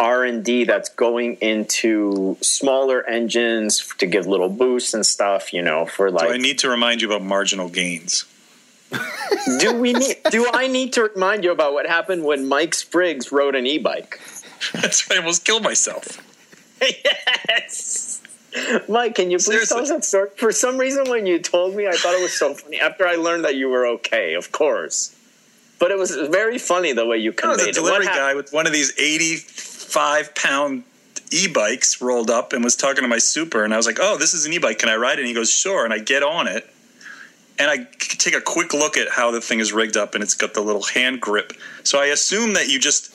R&D that's going into smaller engines to give little boosts and stuff, you know, for like So I need to remind you about marginal gains. Do we need do I need to remind you about what happened when Mike Spriggs rode an e-bike? That's why I almost killed myself. yes. Mike, can you please tell Seriously. us that story? For some reason, when you told me, I thought it was so funny. After I learned that you were okay, of course, but it was very funny the way you I was conveyed a it. delivery What hap- guy with one of these 85 pound e bikes rolled up and was talking to my super. And I was like, oh, this is an e bike. Can I ride it? And he goes, sure. And I get on it. And I c- take a quick look at how the thing is rigged up and it's got the little hand grip. So I assume that you just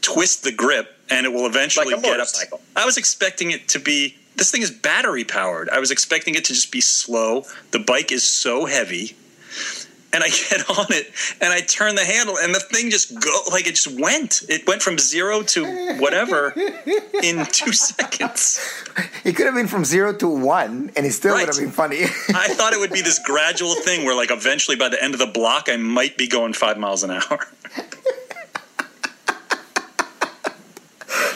twist the grip and it will eventually Like a get up. motorcycle. I was expecting it to be. This thing is battery powered. I was expecting it to just be slow. The bike is so heavy and I get on it and I turn the handle and the thing just go like it just went. It went from zero to whatever in two seconds. It could have been from zero to one, and it still Right. would have been funny. I thought it would be this gradual thing where like eventually by the end of the block I might be going five miles an hour.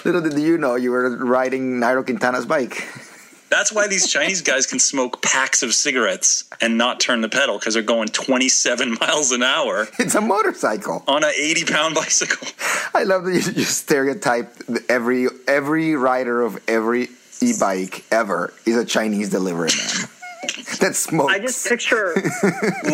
Little did you know you were riding Nairo Quintana's bike. That's why these Chinese guys can smoke packs of cigarettes and not turn the pedal because they're going 27 miles an hour It's a motorcycle. on a 80 pound bicycle. I love that you, you stereotyped every every rider of every e-bike ever is a Chinese delivery man that smokes. I just picture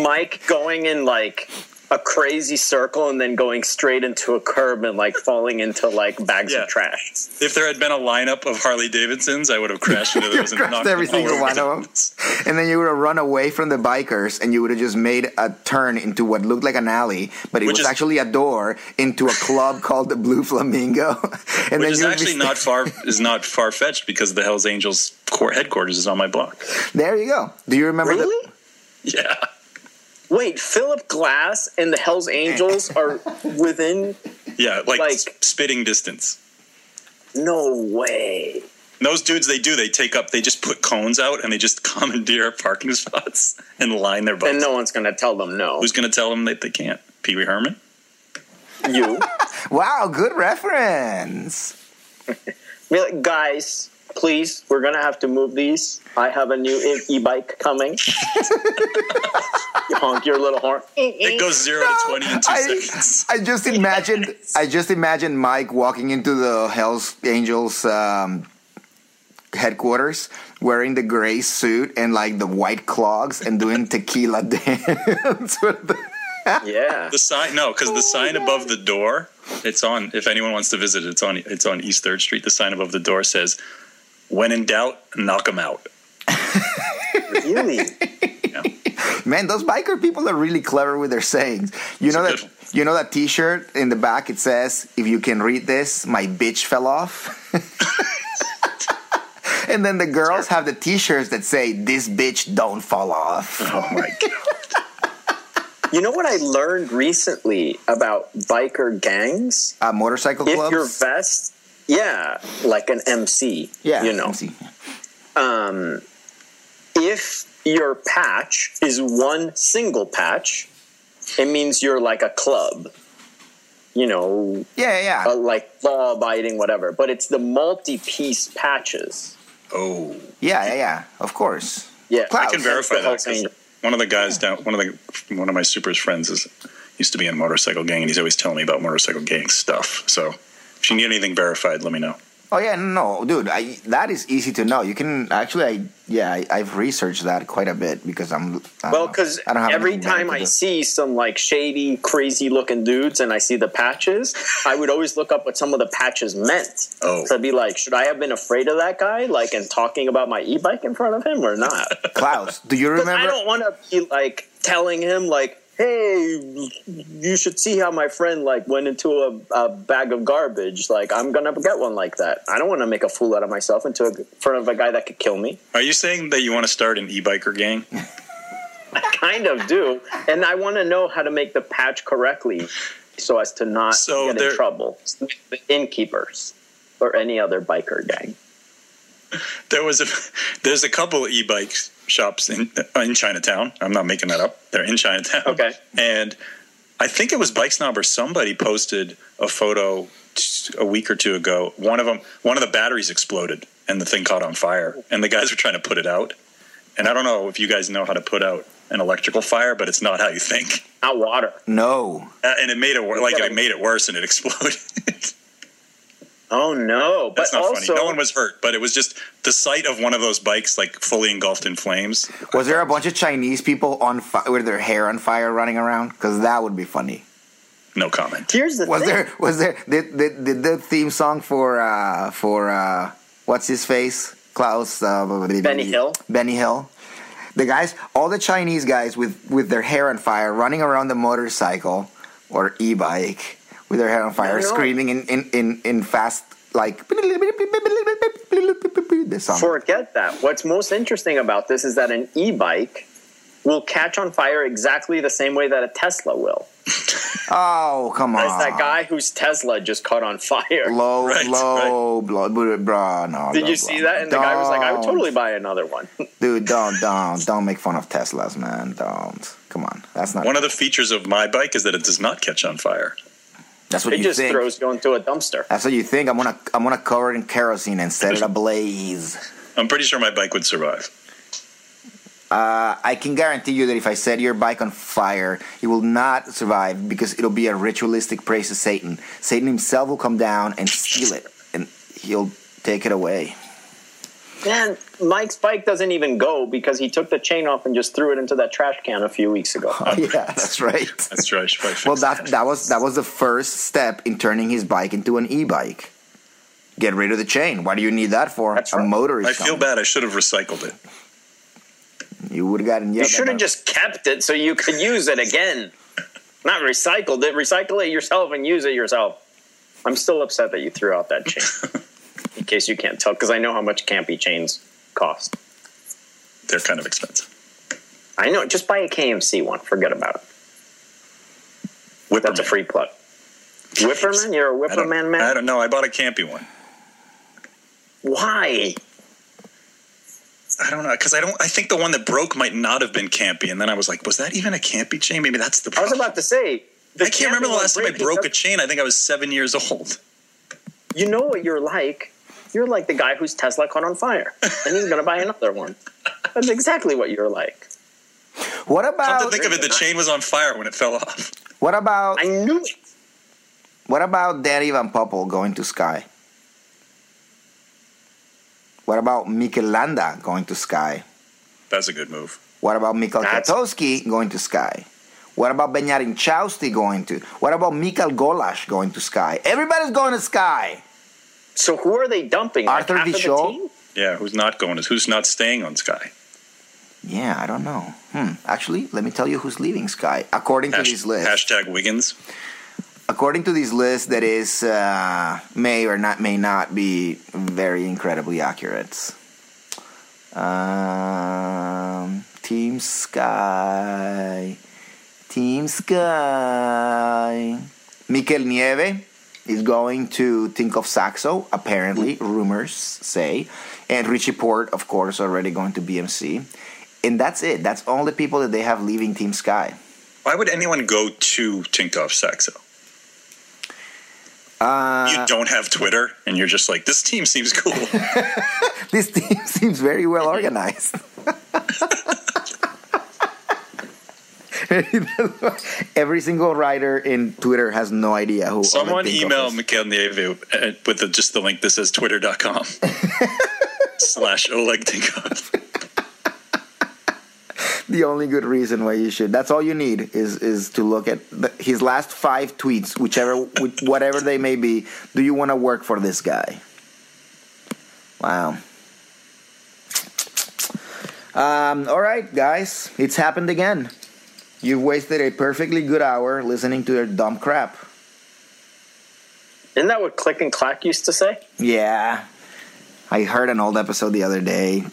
Mike going in like a crazy circle and then going straight into a curb and like falling into like bags Yeah. of trash. If there had been a lineup of Harley Davidsons, I would have crashed into those and crashed knocked every them all single over one of 'em. themselves. and then you would have run away from the bikers, and you would have just made a turn into what looked like an alley, but it Which was is- actually a door into a club called the Blue Flamingo. and Which then is you would actually be- not far is not far fetched because the Hell's Angels core headquarters is on my block. There you go. Do you remember? the- Really? Yeah, Wait, Philip Glass and the Hell's Angels are within yeah, like, Like- sp- spitting distance. no way. And those dudes, they do. They take up. They just put cones out and they just commandeer parking spots and line their bikes. And no one's gonna tell them no. Who's going to tell them that they can't? Pee Wee Herman. You Wow, good reference. Be like, guys, please, we're gonna have to move these. I have a new e- bike coming. you honk your little horn. It goes zero to twenty in two I, seconds. I just imagined I just imagined Mike walking into the Hell's Angels um, headquarters wearing the gray suit and like the white clogs and doing tequila dance with the, Yeah. The sign, no, because the sign above the door. It's on. If anyone wants to visit, it's on. It's on East Third Street. The sign above the door says, "When in doubt, knock 'em out." Really? Man, those biker people are really clever with their sayings. You know It's that a good you know that T-shirt in the back. It says, "If you can read this, my bitch fell off." and then the girls have the T-shirts that say, "This bitch don't fall off." Oh my god! You know what I learned recently about biker gangs? Uh, motorcycle If clubs. your vest, yeah, like an MC, yeah, you know, MC. um, if your patch is one single patch, it means you're like a club, you know, Yeah, yeah. uh, like law abiding, whatever. But it's the multi piece patches. Oh, yeah, yeah, yeah. Of course. Yeah, Clout. I can That's verify the whole that. 'cause thing. One of the guys down, one of the one of my super's friends is used to be in a motorcycle gang, and he's always telling me about motorcycle gang stuff. So, if you need anything verified, let me know. Oh yeah, no, dude. I, that is easy to know. You can actually, I yeah, I, I've researched that quite a bit because I'm. I don't Well, know. because I don't have every anything better time to I do. see some like shady, crazy looking dudes and I see the patches, I would always look up what some of the patches meant. Oh. So I'd be like, should I have been afraid of that guy, like, and talking about my e bike in front of him or not? Klaus, do you Because remember? I don't want to be like telling him, like, hey, you should see how my friend like went into a, a bag of garbage. Like, I'm going to get one like that. I don't want to make a fool out of myself into a, in front of a guy that could kill me. Are you saying that you want to start an e-biker gang? kind of do, and I want to know how to make the patch correctly, so as to not So get there- in trouble. The innkeepers or any other biker gang. There was a there's a couple e-bike shops in in Chinatown. I'm not making that up. They're in Chinatown. Okay. And I think it was Bike Snob or somebody posted a photo t- a week or two ago. One of them, one of the batteries exploded and the thing caught on fire, and the guys were trying to put it out. And I don't know if you guys know how to put out an electrical fire, but it's not how you think. Not water. no. Uh, and it made it wor- like it made it worse, and it exploded. Oh no! But That's not also, funny. No one was hurt, but it was just the sight of one of those bikes like fully engulfed in flames. Was there a bunch of Chinese people on fire with their hair on fire running around? Because that would be funny. No comment. Here's the Was thing. there? Was there? Did, did, did the theme song for uh, for uh, what's his face? Klaus uh, Benny Hill. Benny Hill. The guys, all the Chinese guys with with their hair on fire, running around the motorcycle or e-bike with their hair on fire, no. screaming in in in, in fast like the song. Forget that. What's most interesting about this is that an e-bike will catch on fire exactly the same way that a Tesla will. oh come on! There's that guy whose Tesla just caught on fire. Low, Right, low, blah, blah, blah, no. Did blah, blah, you see blah. that? And the guy was like, "I would Don't. totally buy another one." Dude, don't, don't, don't make fun of Teslas, man. Don't. Come on, that's not. One of the features of my bike is that it does not catch on fire. that's what It you just think. throws you into a dumpster. that's what you think. I'm gonna, I'm gonna cover it in kerosene and set it ablaze. I'm pretty sure my bike would survive. Uh, I can guarantee you that if I set your bike on fire, it will not survive because it'll be a ritualistic praise to Satan. Satan himself will come down and steal it, and he'll take it away. Man, Mike's bike doesn't even go because he took the chain off and just threw it into that trash can a few weeks ago. Oh, yeah, that's right. That's right. well, that that was that was the first step in turning his bike into an e-bike. Get rid of the chain. Why do you need that for? That's a right. motor is I feel coming. bad. I should have recycled it. You would have gotten yelled you should have at. just kept it so you could use it again. Not recycled it. Recycle it yourself and use it yourself. I'm still upset that you threw out that chain. in case you can't tell, because I know how much campy chains cost. They're kind of expensive. I know. Just buy a KMC one. Forget about it. That's a Whipperman. free plug. Whipperman? You're a I don't- Whipperman I man? don't know. I bought a campy one. Why? I don't know because I don't. I think the one that broke might not have been campy, and then I was like, was that even a campy chain? Maybe that's the I was problem. about to say. I can't remember the last time I broke a chain. chain. I think I was seven years old. You know what you're like. You're like the guy whose Tesla caught on fire, and he's going to buy another one. That's exactly what you're like. What Oh, Come to about think of it, the chain was on fire when it fell off. what about I knew it. what about Daddy Van Poppel going to Sky? What about Michelanda going to Sky? That's a good move. What about Mikhail That's- Katowski going to Sky? What about Benyarin Chausti going to? What about Mikhail Golash going to Sky? Everybody's going to Sky. So who are they dumping? Arthur half of the Vishal? team? Yeah, who's not going? Is who's not staying on Sky? Yeah, I don't know. Hmm. Actually, let me tell you who's leaving Sky. According to Hash- this list, hashtag Wiggins. according to this list, that is uh, may or not may not be very incredibly accurate. Um, Team Sky, Team Sky. Mikel Nieve is going to think of Saxo. Apparently, rumors say, and Richie Port, of course, already going to BMC. And that's it. That's all the people that they have leaving Team Sky. Why would anyone go to Tinkoff Saxo? Uh, You don't have Twitter, and you're just like, this team seems cool. This team seems very well organized. Every single writer in Twitter has no idea who. Someone Oleg Tinkov email is. Mikhail Nieve uh, with the, just the link that says twitter.com slash Oleg Tinkoff. The only good reason why you should. That's all you need is is to look at the, his last five tweets, whichever, wh- whatever they may be. Do you want to work for this guy? Wow. Um, all right, guys, it's happened again. You've wasted a perfectly good hour listening to their dumb crap. Isn't that what Click and Clack used to say? Yeah. I heard an old episode the other day.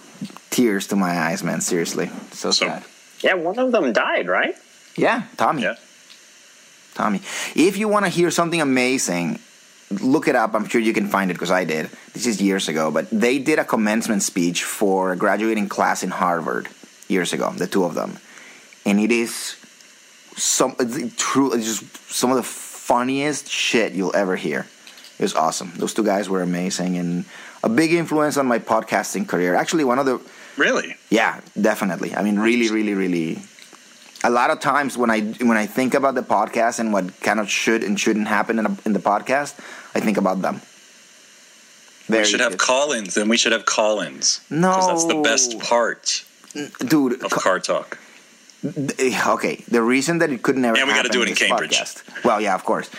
Tears to my eyes, man. Seriously. So, So- sad. Yeah, one of them died, right? Yeah, Tommy. Yeah. Tommy. If you want to hear something amazing, look it up. I'm sure you can find it because I did. This is years ago, but they did a commencement speech for a graduating class in Harvard years ago, the two of them. And it is some it's true it's just some of the funniest shit you'll ever hear. It was awesome. Those two guys were amazing and a big influence on my podcasting career. Actually, one of the Really? yeah, definitely. I mean, really, really, really. A lot of times when I when I think about the podcast and what kind of should and shouldn't happen in, a, in the podcast, I think about them. Very We should have good. call ins, and we should have call ins. Because that's the No. best part dude. of co- car talk. th- eh, okay, the reason that it could never And we gotta happen do it in this Cambridge. podcast- Well, yeah, of course.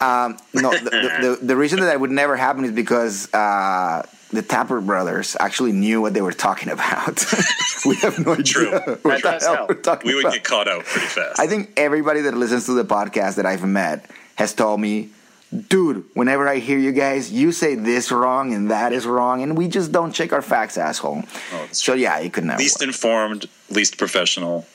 Um, no, the, the, the, the reason that it would never happen is because uh, the Tapper brothers actually knew what they were talking about. we have no idea True. what the That's hell how- we're talking We would about. get caught out pretty fast. I think everybody that listens to the podcast that I've met has told me, dude, whenever I hear you guys, you say this wrong and that is wrong, and we just don't check our facts, asshole. Oh, that's so yeah, it could never. least work. informed, least professional,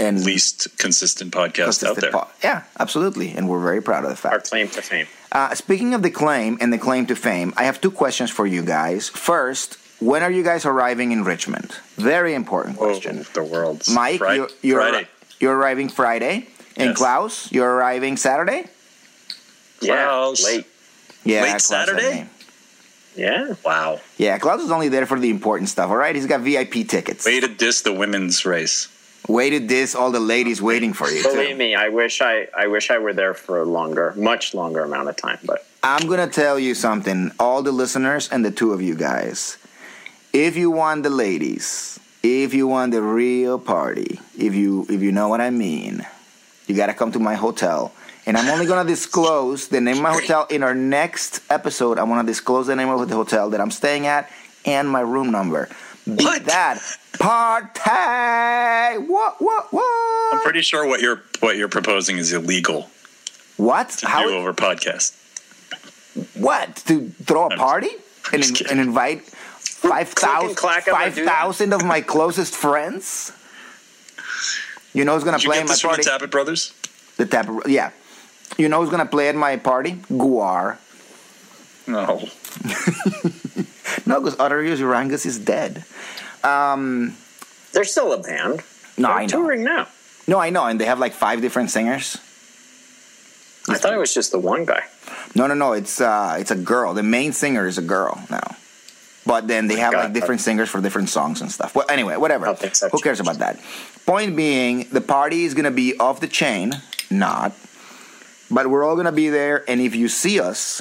and least consistent podcast consistent out there. po- yeah, absolutely, and we're very proud of the Our fact. claim to fame. Uh, speaking of the claim and the claim to fame, I have two questions for you guys. First, when are you guys arriving in Richmond? Very important Oh, question. the world. Mike, Fri- you're, you're, Friday. you're arriving Friday, and Yes. Klaus, you're arriving Saturday. Yeah, Klaus. late. Yeah, Late Klaus had Saturday? me. Yeah. Wow. Yeah, Klaus is only there for the important stuff, all right? He's got VIP tickets. Way to diss the women's race. Way to diss all the ladies waiting for you. Believe too. me, I wish I I wish I were there for a longer, much longer amount of time. But I'm going to tell you something, all the listeners and the two of you guys. If you want the ladies, if you want the real party, if you if you know what I mean, you got to come to my hotel. And I'm only going to disclose the name of my hotel in our next episode. I want to disclose the name of the hotel that I'm staying at and my room number. Beat What? that party. What what what? I'm pretty sure what you're what you're proposing is illegal what? to How do over podcast. What? To throw a I'm party and, just kidding. and invite 5,000 clack up and do that? 5,000 of my closest friends? You know who's going Did to you play get at my this from the party? Tappet Brothers? The tap. Yeah. You know who's going to play at my party? Guar. No. No, because Otterius Urangus is dead. they're still a band. No, they're I know. touring now. No, I know. And they have like five different singers. I thought it was just the one guy. No, no, no. It's uh, it's a girl. The main singer is a girl now. But then they have God. like different singers for different songs and stuff. Well, anyway, whatever. I'll think so. Who cares about that? Point being, the party is gonna be off the chain, not. But we're all gonna be there, and if you see us,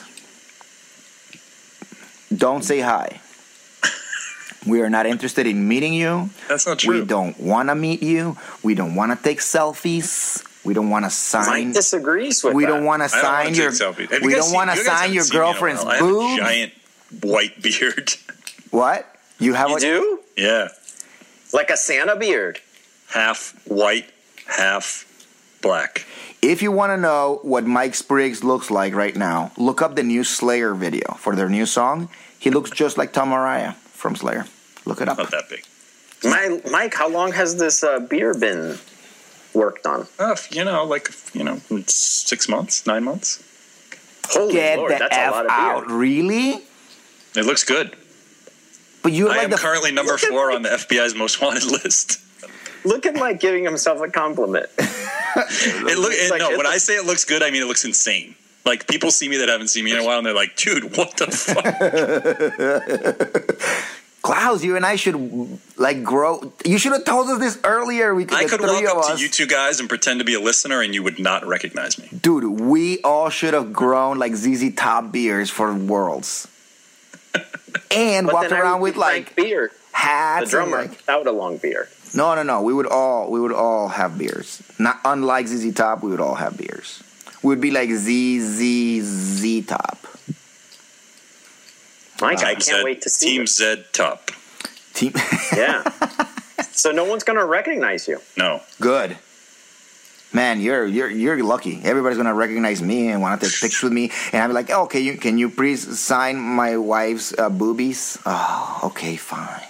don't say hi. We are not interested in meeting you. That's not true. We don't want to meet you. We don't want to take selfies. We don't want to sign Mike disagrees with we that. don't want to I don't sign wanna your take selfies. Have you we guys don't seen- want to you guys sign haven't your seen me in a girlfriend's while. I have a boob. giant white beard. What you have? You a, do yeah. like a Santa beard. Half white, half black. If you want to know what Mike Spriggs looks like right now, look up the new Slayer video for their new song. He looks just like Tom Araya from Slayer. Look it up. Not that big. My Mike, how long has this uh, beer been worked on? Uh, you know, like you know, six months, nine months. Holy Get Lord, the that's a f lot of beer. out, really? It looks good. But you're I like am the currently number four on the FBI's most wanted list. Look at Mike giving himself a compliment. It look it, like- no. it When I looks- say it looks good, I mean it looks insane. Like people see me that haven't seen me in a while, and they're like, "Dude, what the fuck?" Klaus. You and I should like grow. You should have told us this earlier. We could, I the could walk three of up to us, you two guys and pretend to be a listener, and you would not recognize me. dude. We all should have grown like ZZ Top beers for worlds, and But walked then I around would with be like Frank beer, the hats and drummer, like without a long beard. no no no we would all we would all have beers not unlike ZZ Top we would all have beers we would be like ZZZ Top Mike, Team I can't Zed- wait to see Team you. Z top. team Yeah. so no one's gonna recognize you. No, good man you're you're you're lucky everybody's gonna recognize me and want to take pictures with me and I'm like okay you can you please sign my wife's uh, boobies oh okay fine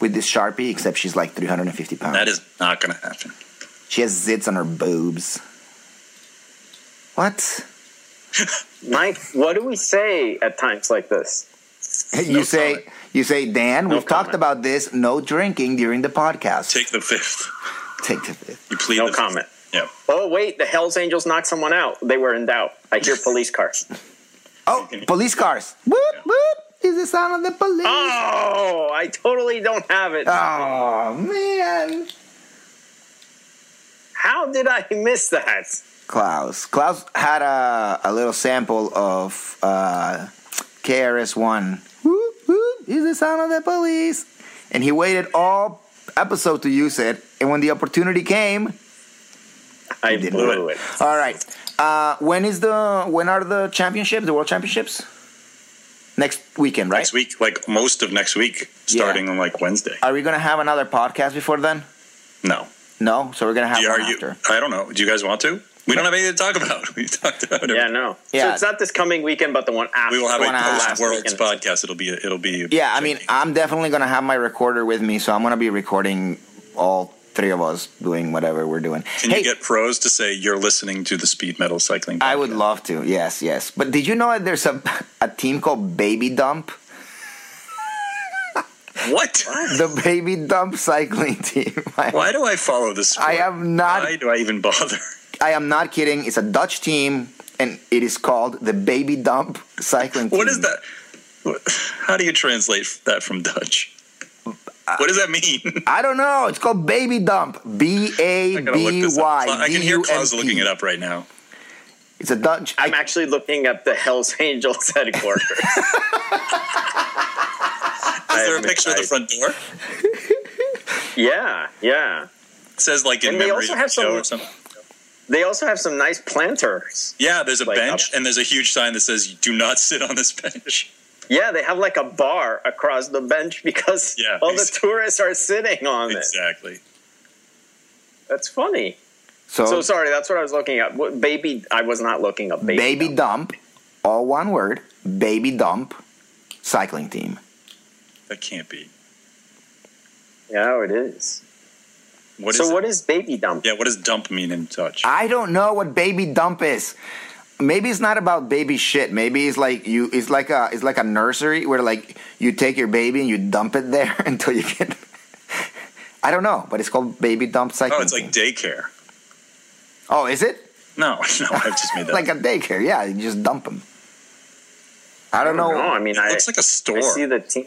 with this sharpie except she's like 350 pounds that is not going to happen. she has zits on her boobs what Mike, what do we say at times like this? you No say comment. you say Dan. No we've talked comment. about this. No drinking during the podcast. Take the fifth. Take the fifth. You plead. No the comment. Yeah. Oh wait, the Hell's Angels knocked someone out. They were in doubt. I hear police cars. Oh, police cars! Whoop whoop! Is the sound of the police? Oh, Oh, I totally don't have it. Uh, Ah! man, How did I miss that? Klaus. Klaus had a a little sample of uh, KRS One. Whoop whoop! Is the sound of the police? And he waited all episode to use it. And when the opportunity came, I didn't. blew it. all right. Uh, when is the when are the championships? The world championships? Next weekend, right? Next week, like most of next week, starting on like Wednesday. Are we gonna have another podcast before then? No. No, so we're gonna have Do you- one are you- after. I don't know. Do you guys want to? We don't have anything to talk about. We talked about it. Yeah, no. Yeah. So it's not this coming weekend, but the one after. we will have a Going out post last worlds weekend. podcast. It'll be. A, it'll be. Yeah, I mean, I'm definitely gonna have my recorder with me, so I'm gonna be recording all three of us doing whatever we're doing. Can hey, you get pros to say you're listening to the speed metal cycling? I would podcast? love to. Yes, yes. But did you know that there's a a team called Baby Dump, What? the Baby Dump cycling team? I, Why do I follow this? Sport? I am not. Why do I even bother? I am not kidding. It's a Dutch team, and it is called the Baby Dump cycling. What team. is that? How do you translate that from Dutch? Uh, What does that mean? I don't know. It's called baby dump. B A I gotta look B this up. Y. I can hear Klaus looking it up right now. It's a Dutch. I'm actually looking up the Hell's Angels headquarters. Is there a picture of the front door? yeah, yeah. It says like in And they memory also of have the show some- or something. They also have some nice planters. Yeah, there's a like, bench up- and there's a huge sign that says "Do not sit on this bench." Yeah, they have like a bar across the bench because Yeah, all the exactly. tourists are sitting on it. Exactly. That's funny. So, So sorry, that's what I was looking at. What, baby, I was not looking up baby. baby dump, all one word. Baby dump, cycling team. That can't be. Yeah, it is. What is? so it? what is baby dump? Yeah, what does dump mean in Dutch? I don't know what baby dump is. Maybe it's not about baby shit. Maybe it's like you. It's like a. It's like a nursery where like you take your baby and you dump it there until you get. I don't know, but it's called baby dump cycling. oh, it's like team. daycare. Oh, is it? No, no, I've just made that. like up. a daycare. Yeah, you just dump them. I don't, know. I mean, I, it looks like a store. I see the team.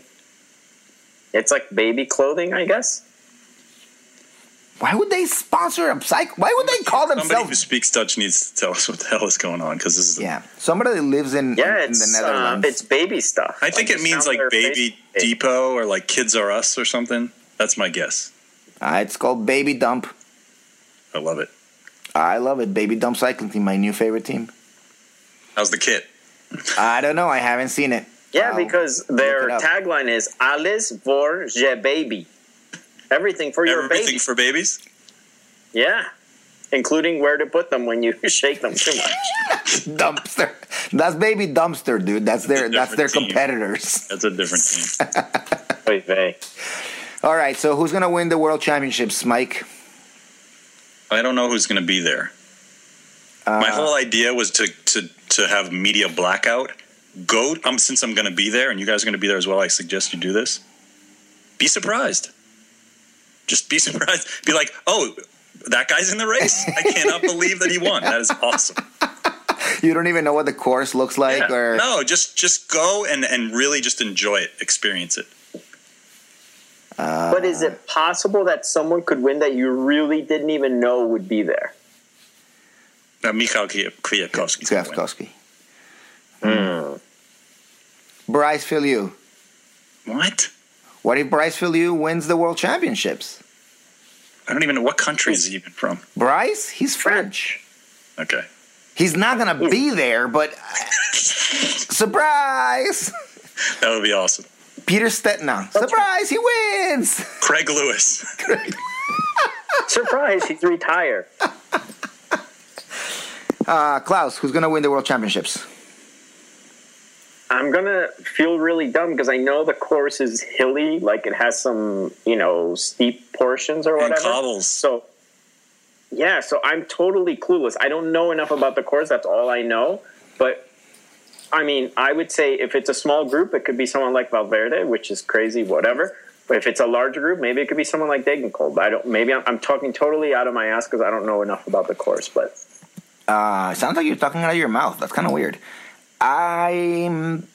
It's like baby clothing, I guess. Why would they sponsor a psych? Why would they call Somebody who themselves? speaks Dutch needs to tell us what the hell is going on because this is. Yeah, somebody that lives in, Yeah, in the it's uh, Netherlands. it's baby stuff. I think Like, it it's means not like their Baby face- Depot or like Kids Are Us or something. That's my guess. Uh, it's called Baby Dump. I love it. I love it. Baby Dump Cycling Team, my new favorite team. How's the kit? I don't know. I haven't seen it. Yeah, Wow. because their it up. tagline is "Alles voor je baby," everything for your Everything baby. for babies. yeah, including where to put them when you shake them too much. dumpster. That's Baby Dumpster, dude. That's their a that's their different team. competitors. That's a different team. Oy vey. All right. So who's gonna win the World Championships, Mike? I don't know who's going to be there. My whole idea was to to to have media blackout. Go um, since I'm going to be there, and you guys are going to be there as well. I suggest you do this. Be surprised. Just be surprised. Be like, oh, that guy's in the race. I cannot believe that he won. That is awesome. You don't even know what the course looks like, Yeah. or no, just just go and and really just enjoy it, experience it. But is it possible that someone could win that you really didn't even know would be there? Now, Mikhail Kwiatkowski's gonna win. Kwiatkowski. Hmm. Bryce Filiu. What? What if Bryce Filiu wins the World Championships? I don't even know what country is he even from. Bryce, he's French. Okay. He's not gonna be there, but surprise! That would be awesome. Peter Stetna, surprise, he wins. Craig Lewis. Surprise, he's retired. Uh, Klaus, who's gonna win the World Championships? I'm gonna feel really dumb because I know the course is hilly, like it has some, you know, steep portions or And whatever. cobbles. So yeah, so I'm totally clueless. I don't know enough about the course. That's all I know. But I mean, I would say if it's a small group, it could be someone like Valverde, which is crazy, whatever. But if it's a larger group, maybe it could be someone like Degenkolb. I don't. Maybe I'm, I'm talking totally out of my ass because I don't know enough about the course. But Uh, sounds like you're talking out of your mouth. That's kind of weird. I'm,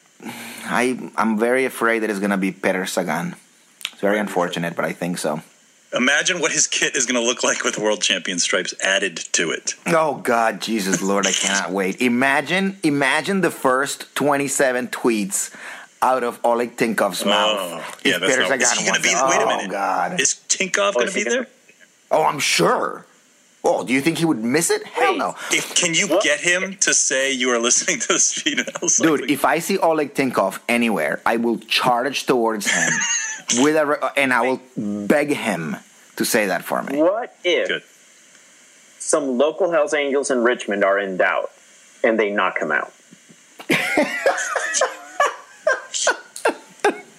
I, I'm very afraid that it's gonna be Peter Sagan. It's very unfortunate, but I think so. Imagine what his kit is going to look like with world champion stripes added to it. Oh God, Jesus Lord, I cannot wait. Imagine, imagine the first 27 tweets out of Oleg Tinkov's mouth. Oh, yeah, If that's Peter not- Sagan is he gonna wants be- it. wait a oh, minute. God. Is Tinkoff Oh, going to is he be gonna- there? Oh, I'm sure. Oh, do you think he would miss it? Hell Wait. no. If, can you What? get him to say you are listening to the speed metal? Dude, Cycling? if I see Oleg Tinkov anywhere, I will charge towards him with a, re- and I will beg him to say that for me. what if Good. some local Hells Angels in Richmond are in doubt and they knock him out.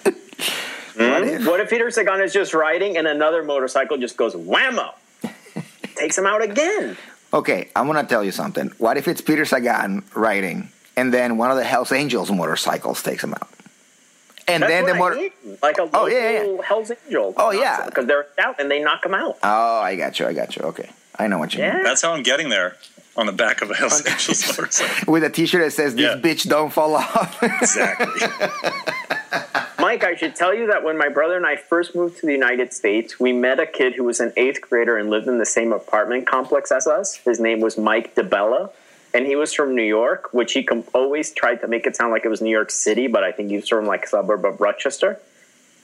Hmm? if? What if Peter Sagan is just riding and another motorcycle just goes whammo? Takes him out again. Okay, I'm gonna tell you something. What if it's Peter Sagan riding, and then one of the Hell's Angels motorcycles takes him out, and That's then what the I motor. mean. like a local Oh, yeah, yeah, Hells Angel. Oh, yeah. because they're out and they knock him out. Oh, I got you. I got you. Okay, I know what you mean. Yeah. That's how I'm getting there. on the back of a Hells Angels motorcycle. with a T-shirt that says "This Yeah. bitch don't fall off." exactly. Mike, I should tell you that when my brother and I first moved to the United States, we met a kid who was an eighth grader and lived in the same apartment complex as us. His name was Mike DeBella, and he was from New York, which he com- always tried to make it sound like it was New York City, but I think he was from like a suburb of Rochester.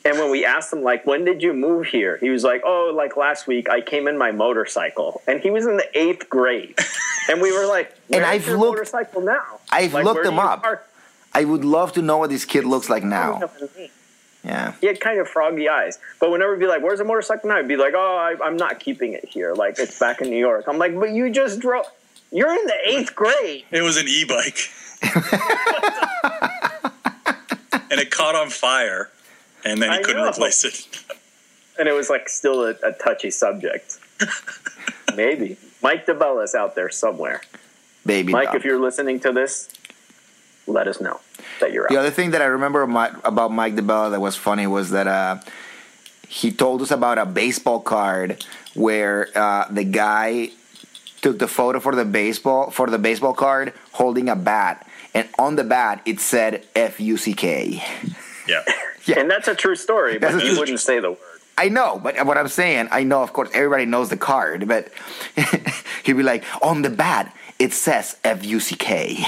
And when we asked him, like, when did you move here? He was like, oh, like last week, I came in my motorcycle. And he was in the eighth grade. And we were like, And where's I've your looked- motorcycle now? I've Like, looked where do him you up. park? I would love to know what this kid looks like I now. don't know his name Yeah. he had kind of froggy eyes. But whenever he'd be like, "Where's the motorcycle now?" He'd be like, "Oh, I, I'm not keeping it here. Like it's back in New York." I'm like, "But you just drove. You're in the eighth grade." It was an e-bike, and it caught on fire, and then he I couldn't know. replace it. And it was like still a, a touchy subject. Maybe Mike DeBella's out there somewhere. Baby. Mike, dog. if you're listening to this, let us know that you're The out. other thing that I remember my, about Mike DeBella that was funny was that uh, he told us about a baseball card where uh, the guy took the photo for the baseball for the baseball card holding a bat, and on the bat it said F U C K. Yeah, yeah. And that's a true story, That's but a you true- wouldn't say the word. I know, but what I'm saying, I know, of course, everybody knows the card, but he'd be like, on the bat it says F U C K.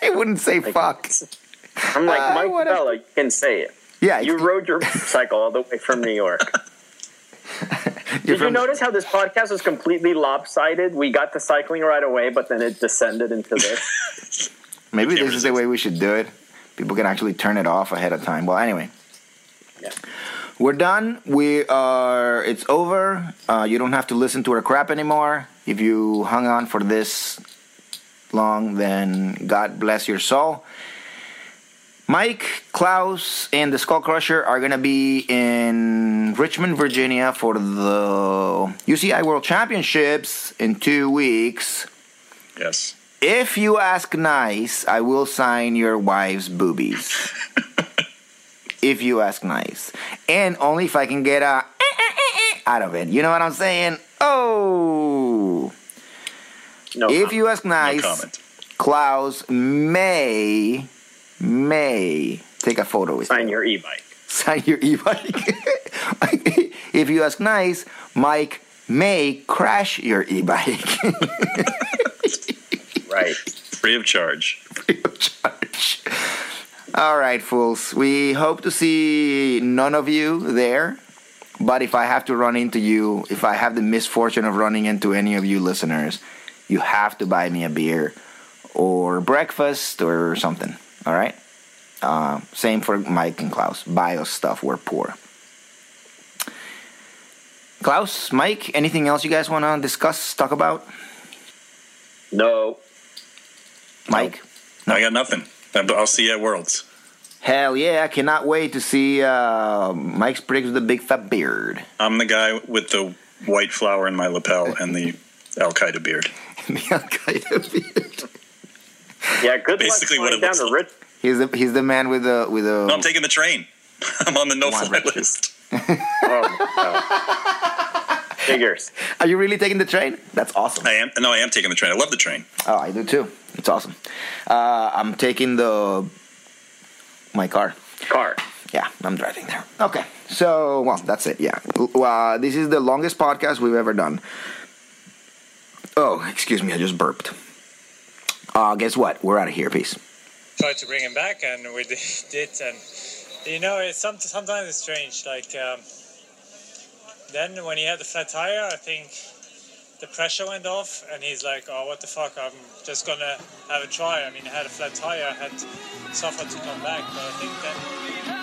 It wouldn't say fuck. I'm like Uh, Mike what a- DeBella. You can say it. Yeah, You it's- rode your motorcycle all the way from New York. you're Did you from- notice how this podcast was completely lopsided? We got to cycling right away, but then it descended into this. Maybe Can't this is the resist. way we should do it. People can actually turn it off ahead of time. Well, anyway, Yeah. we're done. We are. It's over. Uh, you don't have to listen to our crap anymore. If you hung on for this long, then God bless your soul. Mike, Klaus, and the Skull Crusher are going to be in Richmond, Virginia for the UCI World Championships in two weeks. yes. If you ask nice, I will sign your wife's boobies. if you ask nice. And only if I can get a eh, out of it. You know what I'm saying? Oh. No, If you ask No nice, comment. Klaus may may take a photo with sign you. your e-bike. Sign your e-bike. if you ask nice, Mike may crash your e-bike. Right. Free of charge. Church. All right, fools. We hope to see none of you there. But if I have to run into you, if I have the misfortune of running into any of you listeners, you have to buy me a beer or breakfast or something. All right? Uh, same for Mike and Klaus. Buy us stuff. We're poor. Klaus, Mike, anything else you guys want to discuss, talk about? No. Mike? I got nothing. But I'll see you at Worlds. Hell yeah, I cannot wait to see uh, Mike Spriggs with the big fat beard. I'm the guy with the white flower in my lapel and the Al Qaeda beard. the Al Qaeda beard. Yeah, good Basically luck what flying it down looks to like. Rich. He's the he's the man with the with the No, I'm taking the train. I'm on the Why, no-fly Richard? list. Oh, my God. Figures. Are you really taking the train? That's awesome. I am. No, I am taking the train. I love the train. Oh, I do too. It's awesome. Uh, I'm taking the my car. Car. Yeah, I'm driving there. Okay. So, well, that's it. Yeah. Uh, this is the longest podcast we've ever done. Oh, excuse me. I just burped. Uh, guess what? We're out of here. Peace. tried to bring him back, and we did it. And you know, it's some, sometimes it's strange. Like um, then when he had the flat tire, I think the pressure went off, and he's like, "Oh, what the fuck? I'm just gonna have a try." I mean, I had a flat tire, I had suffered to come back, but I think then